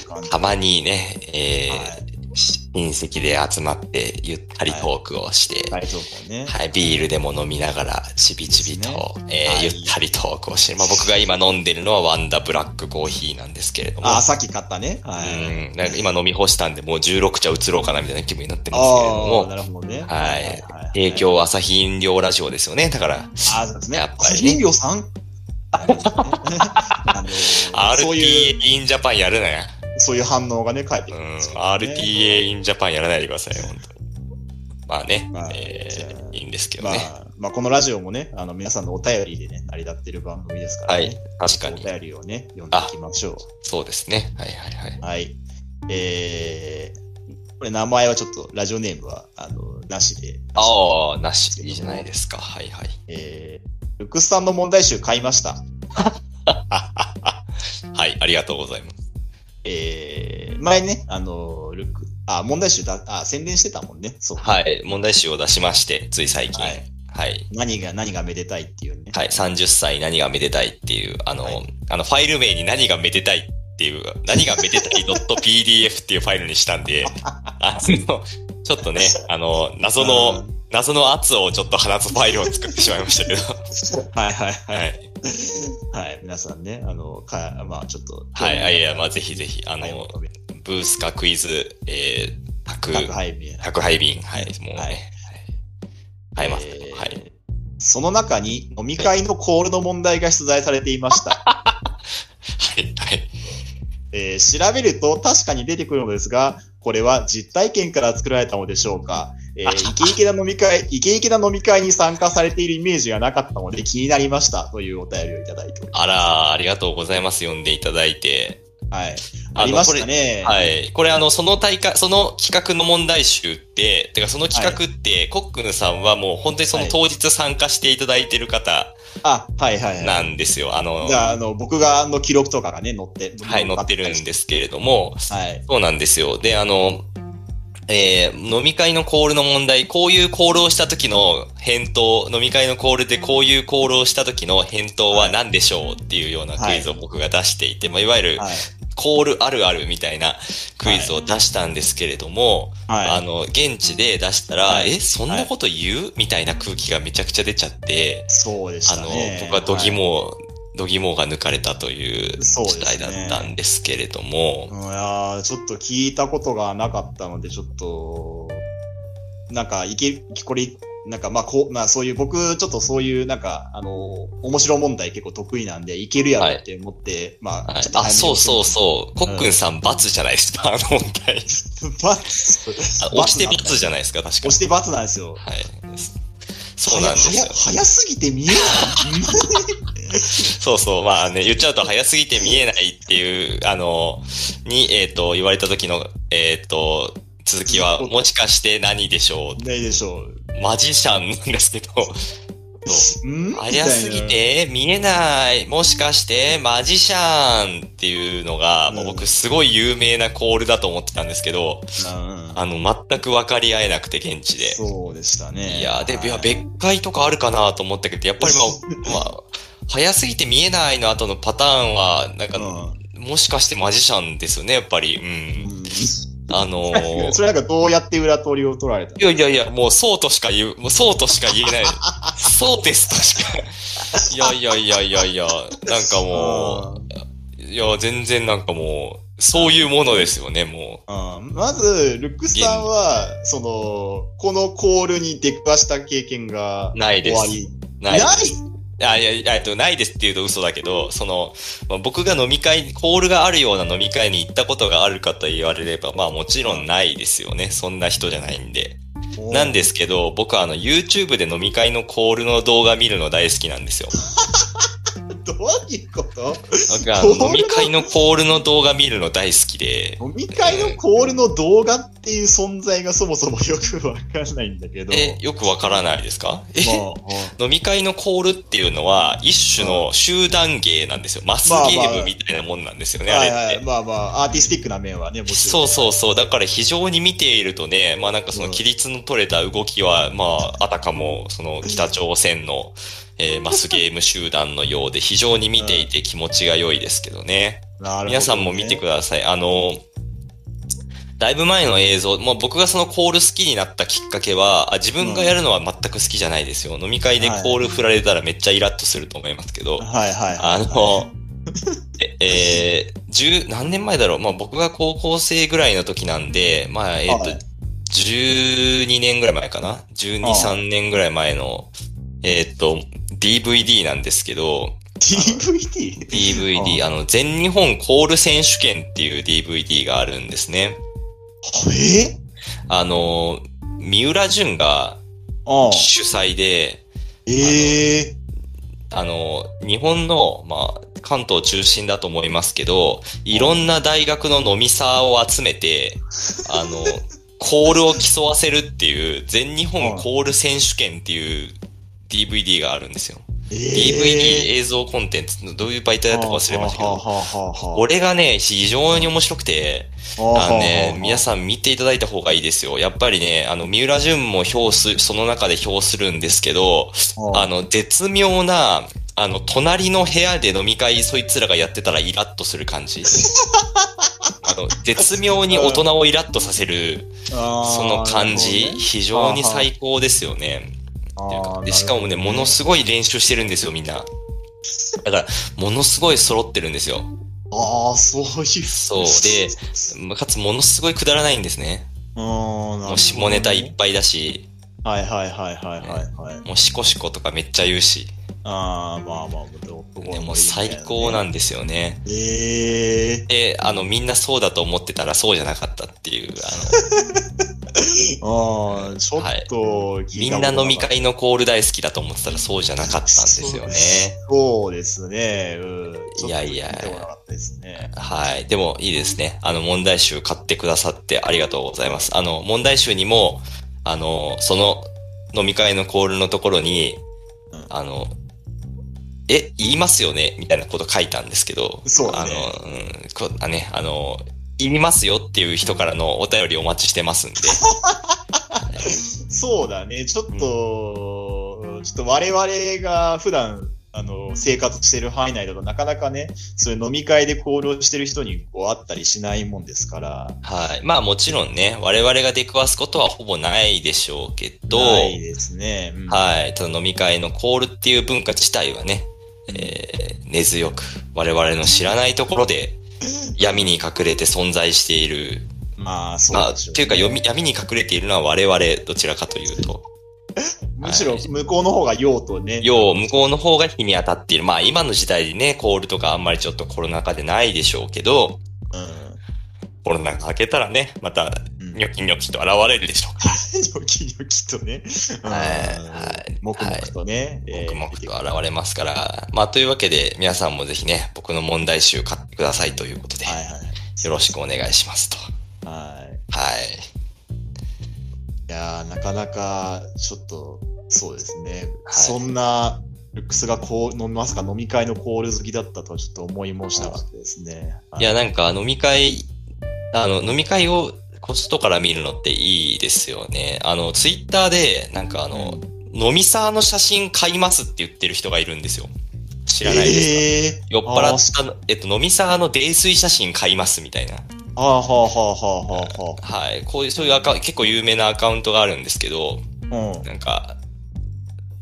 [SPEAKER 1] る感じ
[SPEAKER 2] たまにね、えー
[SPEAKER 1] は
[SPEAKER 2] 親戚で集まってゆったりトークをして、
[SPEAKER 1] 大丈夫ね。
[SPEAKER 2] はい、ビールでも飲みながら、ちびちびと、えー
[SPEAKER 1] はい
[SPEAKER 2] ゆったりトークをして、まあ、僕が今飲んでるのはワンダブラックコーヒーなんですけれども、
[SPEAKER 1] あ、さっき買ったね。はい。
[SPEAKER 2] うん、なんか今飲み干したんで、もう16茶移ろうかなみたいな気分になってますけれど
[SPEAKER 1] ああ、な
[SPEAKER 2] も、
[SPEAKER 1] るほどね。
[SPEAKER 2] はい、影。響朝日飲料ラジオですよね。だから、
[SPEAKER 1] ああ、そうですね。
[SPEAKER 2] や
[SPEAKER 1] や
[SPEAKER 2] っ
[SPEAKER 1] っ
[SPEAKER 2] ぱ
[SPEAKER 1] ぱ
[SPEAKER 2] り
[SPEAKER 1] り、
[SPEAKER 2] ね
[SPEAKER 1] ね。料さ
[SPEAKER 2] [laughs]
[SPEAKER 1] ん。あのそう
[SPEAKER 2] RTA
[SPEAKER 1] いう、
[SPEAKER 2] in Japan やるなや。
[SPEAKER 1] そういう反応がね、返って
[SPEAKER 2] う
[SPEAKER 1] くるん
[SPEAKER 2] ん、
[SPEAKER 1] ですよ、ね。
[SPEAKER 2] RTA in Japan やらないでくださいよ、本当に。まあね、
[SPEAKER 1] まあ
[SPEAKER 2] え
[SPEAKER 1] じゃ
[SPEAKER 2] ー
[SPEAKER 1] あ
[SPEAKER 2] いいんですけど
[SPEAKER 1] ま
[SPEAKER 2] ね。
[SPEAKER 1] あ、まあ、このラジオもね、あの、皆さんのお便りでね、成り立ってる番組ですから、
[SPEAKER 2] は
[SPEAKER 1] ね。
[SPEAKER 2] い、確かに
[SPEAKER 1] お。便りをね、読んでいきましょ
[SPEAKER 2] そうですね。はいはいはい。
[SPEAKER 1] う。はい。えー、これ名前はちょっと、ラジオネームは、あの、なしで。
[SPEAKER 2] ああ、なし、いいじゃないですか。はいはい。
[SPEAKER 1] えー、ルックスさんの問題集買いました。
[SPEAKER 2] はい、ありがとうございます。
[SPEAKER 1] えー、前ね、あの、ルック、あ、問題集だ、あ、宣伝してたもんね。そう。
[SPEAKER 2] はい、問題集を出しまして、つい最近。は
[SPEAKER 1] はいい。
[SPEAKER 2] はい。
[SPEAKER 1] 何が、何がめでたいっていうね。
[SPEAKER 2] 30歳何がめでたいっていう、あの、
[SPEAKER 1] はい
[SPEAKER 2] あの、ファイル名に何がめでたいっていう、何がめでたい .pdf っていうフ [laughs] ァイルにしたんで、あの、ちょっとね、 [laughs] あの、謎の、謎の圧をちょっと放つファイルを作ってしまいま [laughs] したけど、
[SPEAKER 1] はいはいはい。
[SPEAKER 2] はい。
[SPEAKER 1] はい。皆さんね、あの、か、まあちょっと。
[SPEAKER 2] はい、あいや、まあ、ぜひぜひ、あ
[SPEAKER 1] はい
[SPEAKER 2] の、ブースかクイズ、えー、宅、
[SPEAKER 1] 宅配便。
[SPEAKER 2] 宅配便、はい、もうね、
[SPEAKER 1] は
[SPEAKER 2] はいい。買いますけど、
[SPEAKER 1] えー
[SPEAKER 2] はい。
[SPEAKER 1] その中に飲み会のコールの問題が出題されていま
[SPEAKER 2] [laughs]
[SPEAKER 1] した。
[SPEAKER 2] はい、はい。
[SPEAKER 1] えー調べると確かに出てくるのですが、これは実体験から作られたのでしょうか。
[SPEAKER 2] [laughs]
[SPEAKER 1] えーイケイケな飲み会、イケイケな飲み会に参加されているイメージがなかったので気になりましたというお便りをいただいております。
[SPEAKER 2] あら、ありがとうございます。読んでいただいて。
[SPEAKER 1] はい。
[SPEAKER 2] あの
[SPEAKER 1] ありましたね。
[SPEAKER 2] はい。これ、あの、その大会、その企画の問題集って、てか、その企画って、コックンさんはもう本当にその
[SPEAKER 1] はい
[SPEAKER 2] 当日参加していただいてる方
[SPEAKER 1] あ、はいはいはい。
[SPEAKER 2] なんですよ。あの、
[SPEAKER 1] じゃあ、あの、僕があの記録とかがね、載って、
[SPEAKER 2] はい、載ってるんですけれども、
[SPEAKER 1] はい。
[SPEAKER 2] そうなんですよ。で、あの、えー飲み会のコールの問題、こういうコールをした時の返答、飲み会のコールでこういうコールをした時の返答は何でしょうっていうようなクイズを僕が出していて、まあ、いわゆる
[SPEAKER 1] はい。
[SPEAKER 2] コールあるあるみたいなクイズを出したんですけれども、あ
[SPEAKER 1] はい。
[SPEAKER 2] の、現地で出したら、
[SPEAKER 1] はい
[SPEAKER 2] え、そんなこと言う、みたいな空気がめちゃくちゃ出ちゃって、
[SPEAKER 1] そうでし
[SPEAKER 2] あ
[SPEAKER 1] た
[SPEAKER 2] の
[SPEAKER 1] ね。、
[SPEAKER 2] 僕は度
[SPEAKER 1] い
[SPEAKER 2] 肝を、度肝が抜かれたという
[SPEAKER 1] そうです
[SPEAKER 2] 事
[SPEAKER 1] ね
[SPEAKER 2] 態だったんですけれども、
[SPEAKER 1] うんいやーちょっと聞いたことがなかったので、ちょっと、なんか、いけ、これ、なんか、まあ、こう、まあ、そういう、僕、ちょっとそういう、なんか、あの、面白問題結構得意なんで、いけるやろって思って、ま
[SPEAKER 2] は
[SPEAKER 1] あ、
[SPEAKER 2] い
[SPEAKER 1] ちょっと
[SPEAKER 2] あ、
[SPEAKER 1] 早めに
[SPEAKER 2] そうそうそう。コックンさん、罰じゃないですか、あの問題。
[SPEAKER 1] [laughs] バツ。
[SPEAKER 2] あ押して
[SPEAKER 1] なんだ
[SPEAKER 2] 罰じゃないですか、確か
[SPEAKER 1] 押して罰なんですよ。
[SPEAKER 2] はい。そうなんですよ
[SPEAKER 1] 早。早早すぎて見えない。
[SPEAKER 2] そうそう。まあね、言っちゃうと早すぎて見えないっていう、あの、に、えっ、と、言われた時の、えっ、と、続きは、もしかして何でしょ
[SPEAKER 1] ないでしょう。
[SPEAKER 2] うマジシャンなんですけど、そう
[SPEAKER 1] うん
[SPEAKER 2] 早すぎ。て見えない、もしかしてマジシャンっていうのが、もう
[SPEAKER 1] う
[SPEAKER 2] 僕
[SPEAKER 1] ん
[SPEAKER 2] すごい有名なコールだと思ってたんですけど、
[SPEAKER 1] みたいなうん
[SPEAKER 2] あの、全く分かり合えなくて、現地で。
[SPEAKER 1] そうでしたね。
[SPEAKER 2] いや、で、いや、
[SPEAKER 1] はい
[SPEAKER 2] 別解とかあるかなと思ったけど、やっぱりまあ、まあ、早すぎて見えないの後のパターンは、なんか、
[SPEAKER 1] う
[SPEAKER 2] もしかしてマジシャンですよね、やっぱり。うんん。
[SPEAKER 1] うん
[SPEAKER 2] あ
[SPEAKER 1] そ
[SPEAKER 2] のー、
[SPEAKER 1] れなんかどうやって裏取りを取られた
[SPEAKER 2] いやいやいや、もうそうとしか言う、もうそうとしか言えない。そうですとしか。いやいやいやいやいや、なんかも
[SPEAKER 1] の
[SPEAKER 2] う、いや、全然なんかもう、そういうものですよね、も
[SPEAKER 1] うんまず、ルックスさんは、その、このコールに出くわした経験が
[SPEAKER 2] う。ないで
[SPEAKER 1] 終わ
[SPEAKER 2] す。
[SPEAKER 1] り。
[SPEAKER 2] ない
[SPEAKER 1] ない
[SPEAKER 2] あいやいや、えっと、ないですっていうと嘘だけど、その、まあ僕が飲み会、コールがあるような飲み会に行ったことがあるかと言われれば、まあもちろんないですよね。そんな人じゃないんで。なん
[SPEAKER 1] で
[SPEAKER 2] ですけど、僕はあの YouTube で飲み会のコールの動画見るの大好きな
[SPEAKER 1] [laughs]
[SPEAKER 2] んですよ。
[SPEAKER 1] どういうこと
[SPEAKER 2] 僕はあ
[SPEAKER 1] コール
[SPEAKER 2] の
[SPEAKER 1] の
[SPEAKER 2] 飲み会のコールの動画見るの大好きで、
[SPEAKER 1] 飲み会のコールの動画っていう存在がそもそもよくわかんないんだけど。
[SPEAKER 2] え、よくわからないですかえ
[SPEAKER 1] まあ
[SPEAKER 2] 飲み会のコールっていうのは一種の集団芸なんですよ。マスゲームみたいなもんなんですよね、
[SPEAKER 1] はい
[SPEAKER 2] あ
[SPEAKER 1] は
[SPEAKER 2] れって
[SPEAKER 1] い、。まあまあ、アーティスティックな面はね、もちろ
[SPEAKER 2] そ
[SPEAKER 1] ん。
[SPEAKER 2] うそうそう。だから非常に見ているとね、まあなんかその規律の取れた動きは、まああたかもその北朝鮮の、えーマスゲーム集団のようで非常に見ていて気持ちが良いですけどね。
[SPEAKER 1] なるほどね
[SPEAKER 2] 皆さんも見てください。あの、だいぶ前の映像、もう僕がそのコール好きになったきっかけは、あ自分がやるのは全く好きじゃないですよ。飲み会でコール振られたらめっちゃイラッとすると思いますけど。
[SPEAKER 1] はいはいはい。
[SPEAKER 2] あの、
[SPEAKER 1] [laughs]
[SPEAKER 2] え、えー、十、何年前だろう。まあ僕が高校生ぐらいの時なんで、まあ、えっ、と、
[SPEAKER 1] はい
[SPEAKER 2] 12年ぐらい前かな ?12、
[SPEAKER 1] ああ
[SPEAKER 2] 3年ぐらい前の、えっ、と、DVD なんですけど、
[SPEAKER 1] DVD?
[SPEAKER 2] DVD、あの、全日本コール選手権っていう DVD があるんですね。
[SPEAKER 1] え
[SPEAKER 2] あの、三浦淳が
[SPEAKER 1] ああ
[SPEAKER 2] 主催で、
[SPEAKER 1] ええ
[SPEAKER 2] あの、日本の、まあ、関東中心だと思いますけど、いろんな大学の飲みサーを集めて、あの、コールを競わせるっていう、全日本コール選手権っていう DVD があるんですよ。
[SPEAKER 1] え
[SPEAKER 2] DVD 映像コンテンツの、どういう媒体だったか忘れましたけ
[SPEAKER 1] は
[SPEAKER 2] ど、
[SPEAKER 1] あはあはあはあ
[SPEAKER 2] これがね、非常に面白くて、あのね、皆さん見ていただいた方がいいですよ。やっぱりね、あの、三浦淳も評す、その中で評するんですけど、あの、絶妙な、あの、隣の部屋で飲み会、そいつらがやってたらイラッとする感 [laughs] じ。あの、絶妙に大人をイラッとさせる、その感じ、非常に最高ですよね。っていうかでしかもね、もの
[SPEAKER 1] す
[SPEAKER 2] すごい練習してるんですよ、みんな。だから、ものすごい揃ってるんですよ。
[SPEAKER 1] ごい。ああ、そういう。
[SPEAKER 2] そうでかつ、ものすごいくだらないんですね。も
[SPEAKER 1] も
[SPEAKER 2] う下ネタいっぱいだし、
[SPEAKER 1] はいはいはいはいはい。はい
[SPEAKER 2] もうシコシコとかめっちゃ言うし、
[SPEAKER 1] ああ、まあまあ、どこ
[SPEAKER 2] ね、もう最高なんですよね。
[SPEAKER 1] ええ
[SPEAKER 2] で、あの、みんなそうだと思ってたらそうじゃなかったっ
[SPEAKER 1] [laughs]
[SPEAKER 2] ていう、あの、
[SPEAKER 1] ああ、ちょっと聞
[SPEAKER 2] み
[SPEAKER 1] いた
[SPEAKER 2] ん
[SPEAKER 1] ことか
[SPEAKER 2] な
[SPEAKER 1] った、
[SPEAKER 2] 飲み会のコール大好きだと思ってたらそうじゃなかったんですよね。
[SPEAKER 1] そうですね。うん。
[SPEAKER 2] いやいや
[SPEAKER 1] ちょっと聞いたことなかったですね。
[SPEAKER 2] はい。でもいいですね。あの問題集買ってくださってありがとうございます。あの問題集にも、あの、その飲み会のコールのところに
[SPEAKER 1] うん、
[SPEAKER 2] あの、え、言いますよねみたいなこと書いたんですけど、
[SPEAKER 1] そうだ
[SPEAKER 2] あ
[SPEAKER 1] ね
[SPEAKER 2] の、うん、こあね、あの、言いますよっていう人からのお便りお待ちしてますんで。
[SPEAKER 1] そうだね。ちょっと、ちょっと我々が普段、あの、生活してる範囲内だとなかなかね、そういう飲み会で交流してる人にこう会ったりしないもんですから。
[SPEAKER 2] はい。まあもちろんね、我々が出くわすことはほぼないでしょうけど、
[SPEAKER 1] ないですね。うん
[SPEAKER 2] はい。ただ飲み会のコールっていう文化自体はね、えー根強く、我々の知らないところで、闇に隠れて存在している。
[SPEAKER 1] まあ、そ
[SPEAKER 2] ま
[SPEAKER 1] う
[SPEAKER 2] あ、
[SPEAKER 1] でしょう
[SPEAKER 2] というか闇、闇に隠れているのは我々、どちらかというと。
[SPEAKER 1] むしろ向こうの方が用途ね。[laughs]
[SPEAKER 2] 要を向こうの方が日に当たっている。まあ、今の時代でね、コールとかあんまりちょっとコロナ禍でないでしょうけど、
[SPEAKER 1] う
[SPEAKER 2] コロナが明けたらね、また、
[SPEAKER 1] ん。うん。
[SPEAKER 2] ニ
[SPEAKER 1] ニョ
[SPEAKER 2] ョキニョキと現れるでしょう
[SPEAKER 1] キニョキとね。
[SPEAKER 2] はいはい
[SPEAKER 1] うん黙々とね。えー
[SPEAKER 2] 黙々と現れますから、まあ、というわけで、皆さんもぜひね、僕の問題集買ってくださいということで、
[SPEAKER 1] はいはい。
[SPEAKER 2] よろしくお願いしますと。
[SPEAKER 1] はい。
[SPEAKER 2] はい。
[SPEAKER 1] いやー、なかなか、ちょっと、そうですね。
[SPEAKER 2] はい
[SPEAKER 1] そんな、ルックスがこう、飲みますか、飲み会のコール好きだったとはちょっと思いもしなかったですね。はい
[SPEAKER 2] や、なんか飲み会、あの、飲み会をこう外から見るのっていいですよね。あの、ツイッターで、なんかあの、飲みサーの写真買いますって言ってる人がいるんですよ。知らないですか、
[SPEAKER 1] えー
[SPEAKER 2] 酔っ払
[SPEAKER 1] あー
[SPEAKER 2] ったの、えっと、飲みサーの泥酔写真買いますみたいな。
[SPEAKER 1] あー、はあはあはあは
[SPEAKER 2] はい。こういう、そういうアカウント、結構有名なアカウントがあるんですけど、
[SPEAKER 1] あはあ。うん。
[SPEAKER 2] なんか、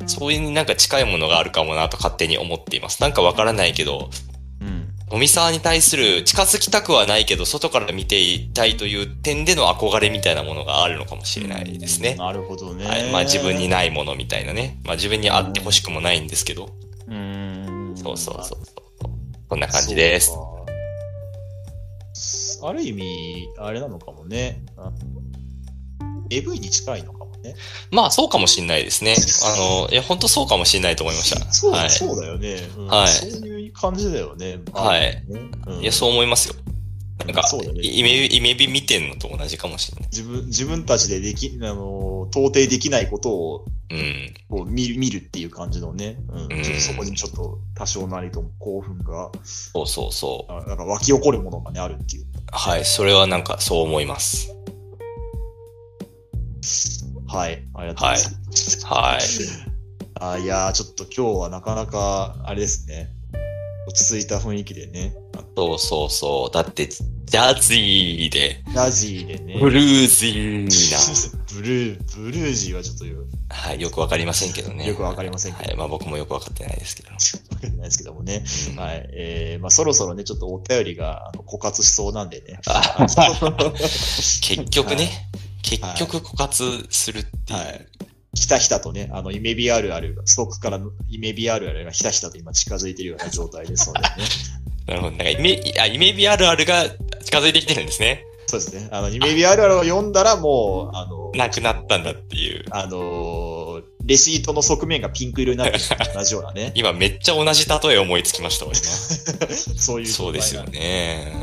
[SPEAKER 2] そういうなんか近いものがあるかもなと勝手に思っています。なんかわからないけど、
[SPEAKER 1] うん。
[SPEAKER 2] 飲み沢に対する近づきたくはないけど、外から見ていたいという点での憧れみたいなものがあるのかもしれないですね。
[SPEAKER 1] なるほどね。
[SPEAKER 2] はい。まあ自分にないものみたいなね。まあ自分にあってほしくもないんですけど。
[SPEAKER 1] うーん。
[SPEAKER 2] そうそうそうそう。こんな感じです。
[SPEAKER 1] そうか。ある意味、あれなのかもね。あ AV に近いのかもね。
[SPEAKER 2] まあそうかもしれないですね。あの、いや本当そうかもしれないと思いました。
[SPEAKER 1] そう,、
[SPEAKER 2] はい。
[SPEAKER 1] そうだよね、うん
[SPEAKER 2] はい
[SPEAKER 1] そういう感じだよね。
[SPEAKER 2] はい
[SPEAKER 1] まあねうん
[SPEAKER 2] いや、そう思いますよ。なんか
[SPEAKER 1] そうだ、ね
[SPEAKER 2] イメイメビ見てんのと同じかもしれない。
[SPEAKER 1] 自分自分たちででき、あの、到底できないことを
[SPEAKER 2] うん。
[SPEAKER 1] こう見る見るっていう感じのね、うん
[SPEAKER 2] うん
[SPEAKER 1] ちょっとそこにちょっと多少なりとも興奮が、
[SPEAKER 2] そうそうそう。
[SPEAKER 1] あなんか湧き起こるものがね、あるっていう。
[SPEAKER 2] はい。それはなんかそう思います。
[SPEAKER 1] はい、ありがとうございます。
[SPEAKER 2] はい。
[SPEAKER 1] あいやー、ちょっと今日はなかなか、あれですね。落ち着いた雰囲気でね。
[SPEAKER 2] そうそうそう。だって、ジャズィーで、
[SPEAKER 1] ラジーでね。
[SPEAKER 2] ブルージー
[SPEAKER 1] [laughs] ブルー、ブルージーはちょっとよ
[SPEAKER 2] な。はい。よくわかりませんけどね。
[SPEAKER 1] よくわかりませんけ
[SPEAKER 2] はい。まあ僕もよくわかってないですけど。
[SPEAKER 1] ど、わかんないですけどもね。
[SPEAKER 2] うん
[SPEAKER 1] はい。えー、まあそろそろね、ちょっとお便りがあの枯渇しそうなんで
[SPEAKER 2] [laughs]
[SPEAKER 1] ね。
[SPEAKER 2] あ結局
[SPEAKER 1] はい
[SPEAKER 2] ね、結局枯渇するっていう。
[SPEAKER 1] はい。ひたひたとね、あの、イメビアルある、ストックからのイメビアルあるがひたひたと今近づいてるような状態です
[SPEAKER 2] [laughs]
[SPEAKER 1] のでね。
[SPEAKER 2] なるほど。なんかイメあイメビあるあるが近づいてきてるんですね。
[SPEAKER 1] そうですね。あの、イメビアルあるを読んだらもう、あの、
[SPEAKER 2] なくなったんだっていう。。
[SPEAKER 1] あのーレシートの側面がピンク色になってるのと同じようなね
[SPEAKER 2] 今めっちゃ同じ例え思いつき
[SPEAKER 1] [laughs]
[SPEAKER 2] ましたわ、今。
[SPEAKER 1] そういう
[SPEAKER 2] そうですよ
[SPEAKER 1] ね。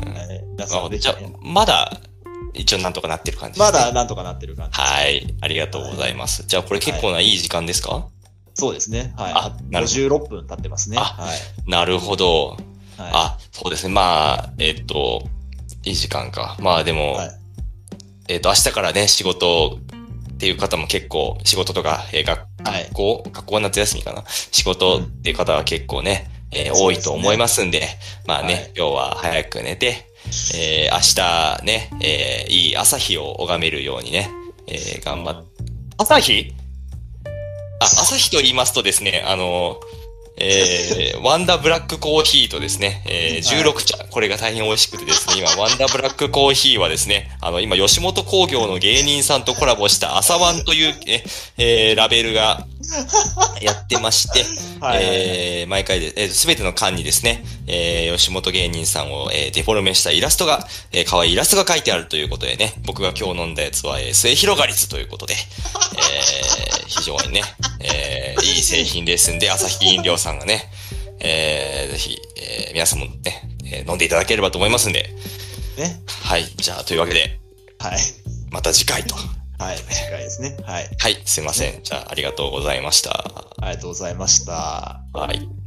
[SPEAKER 2] ね。
[SPEAKER 1] はい皆さんも
[SPEAKER 2] あ
[SPEAKER 1] ぜひ
[SPEAKER 2] じゃあ
[SPEAKER 1] ね、
[SPEAKER 2] まだ、一応なんとかなってる感じで
[SPEAKER 1] ま
[SPEAKER 2] すね
[SPEAKER 1] だなんとかなってる感じ。
[SPEAKER 2] はい。ありがとうございます。じゃあ、これ結構ないい時間ですか、
[SPEAKER 1] そうですね。はい。
[SPEAKER 2] あなるほ
[SPEAKER 1] 56分経ってますね。
[SPEAKER 2] あ
[SPEAKER 1] はい。
[SPEAKER 2] なるほど。
[SPEAKER 1] はい、
[SPEAKER 2] あ、そうですね。まあ、えっと、いい時間か。まあ、でも、
[SPEAKER 1] はい
[SPEAKER 2] えっと、明日からね、仕事っていう方も結構、仕事とか、えー学
[SPEAKER 1] はい
[SPEAKER 2] 学校、学校は夏休みかな。仕事っていう方は結構ね、えー
[SPEAKER 1] そう
[SPEAKER 2] 多
[SPEAKER 1] で
[SPEAKER 2] い
[SPEAKER 1] すね
[SPEAKER 2] と思いますんで、まあね、
[SPEAKER 1] はい
[SPEAKER 2] 今日は早く寝て、えー明日ね、えーいい朝日を拝めるようにね、えー頑張っ朝日あ、朝日と言いますとですね、あの、え [laughs] ー、ワンダブラックコーヒーとですね、えー、16茶、これが大変美味しくてですね、今、ワンダブラックコーヒーはですね、あの、今、吉本興業の芸人さんとコラボした朝ワンという、ええーラベルがやってまして、
[SPEAKER 1] はいはいはい
[SPEAKER 2] えー毎回で、えー、全ての缶にですね、えー吉本芸人さんを、えーデフォルメしたイラストが、えー、可愛いイラストが書いてあるということでね、僕が今日飲んだやつは、えー末広がりずということで、えー非常にね、えーいい製品ですんで、朝日飲料さんがね、えーぜひ、えー皆さんもね、えー飲んでいただければと思いますんで、
[SPEAKER 1] ね。
[SPEAKER 2] はい、じゃあ、というわけで、
[SPEAKER 1] はい。
[SPEAKER 2] また次回と。
[SPEAKER 1] はい。次回ですね。はい。
[SPEAKER 2] はい、すいません。じゃあ、ありがとうございました。
[SPEAKER 1] ありがとうございました。
[SPEAKER 2] はい。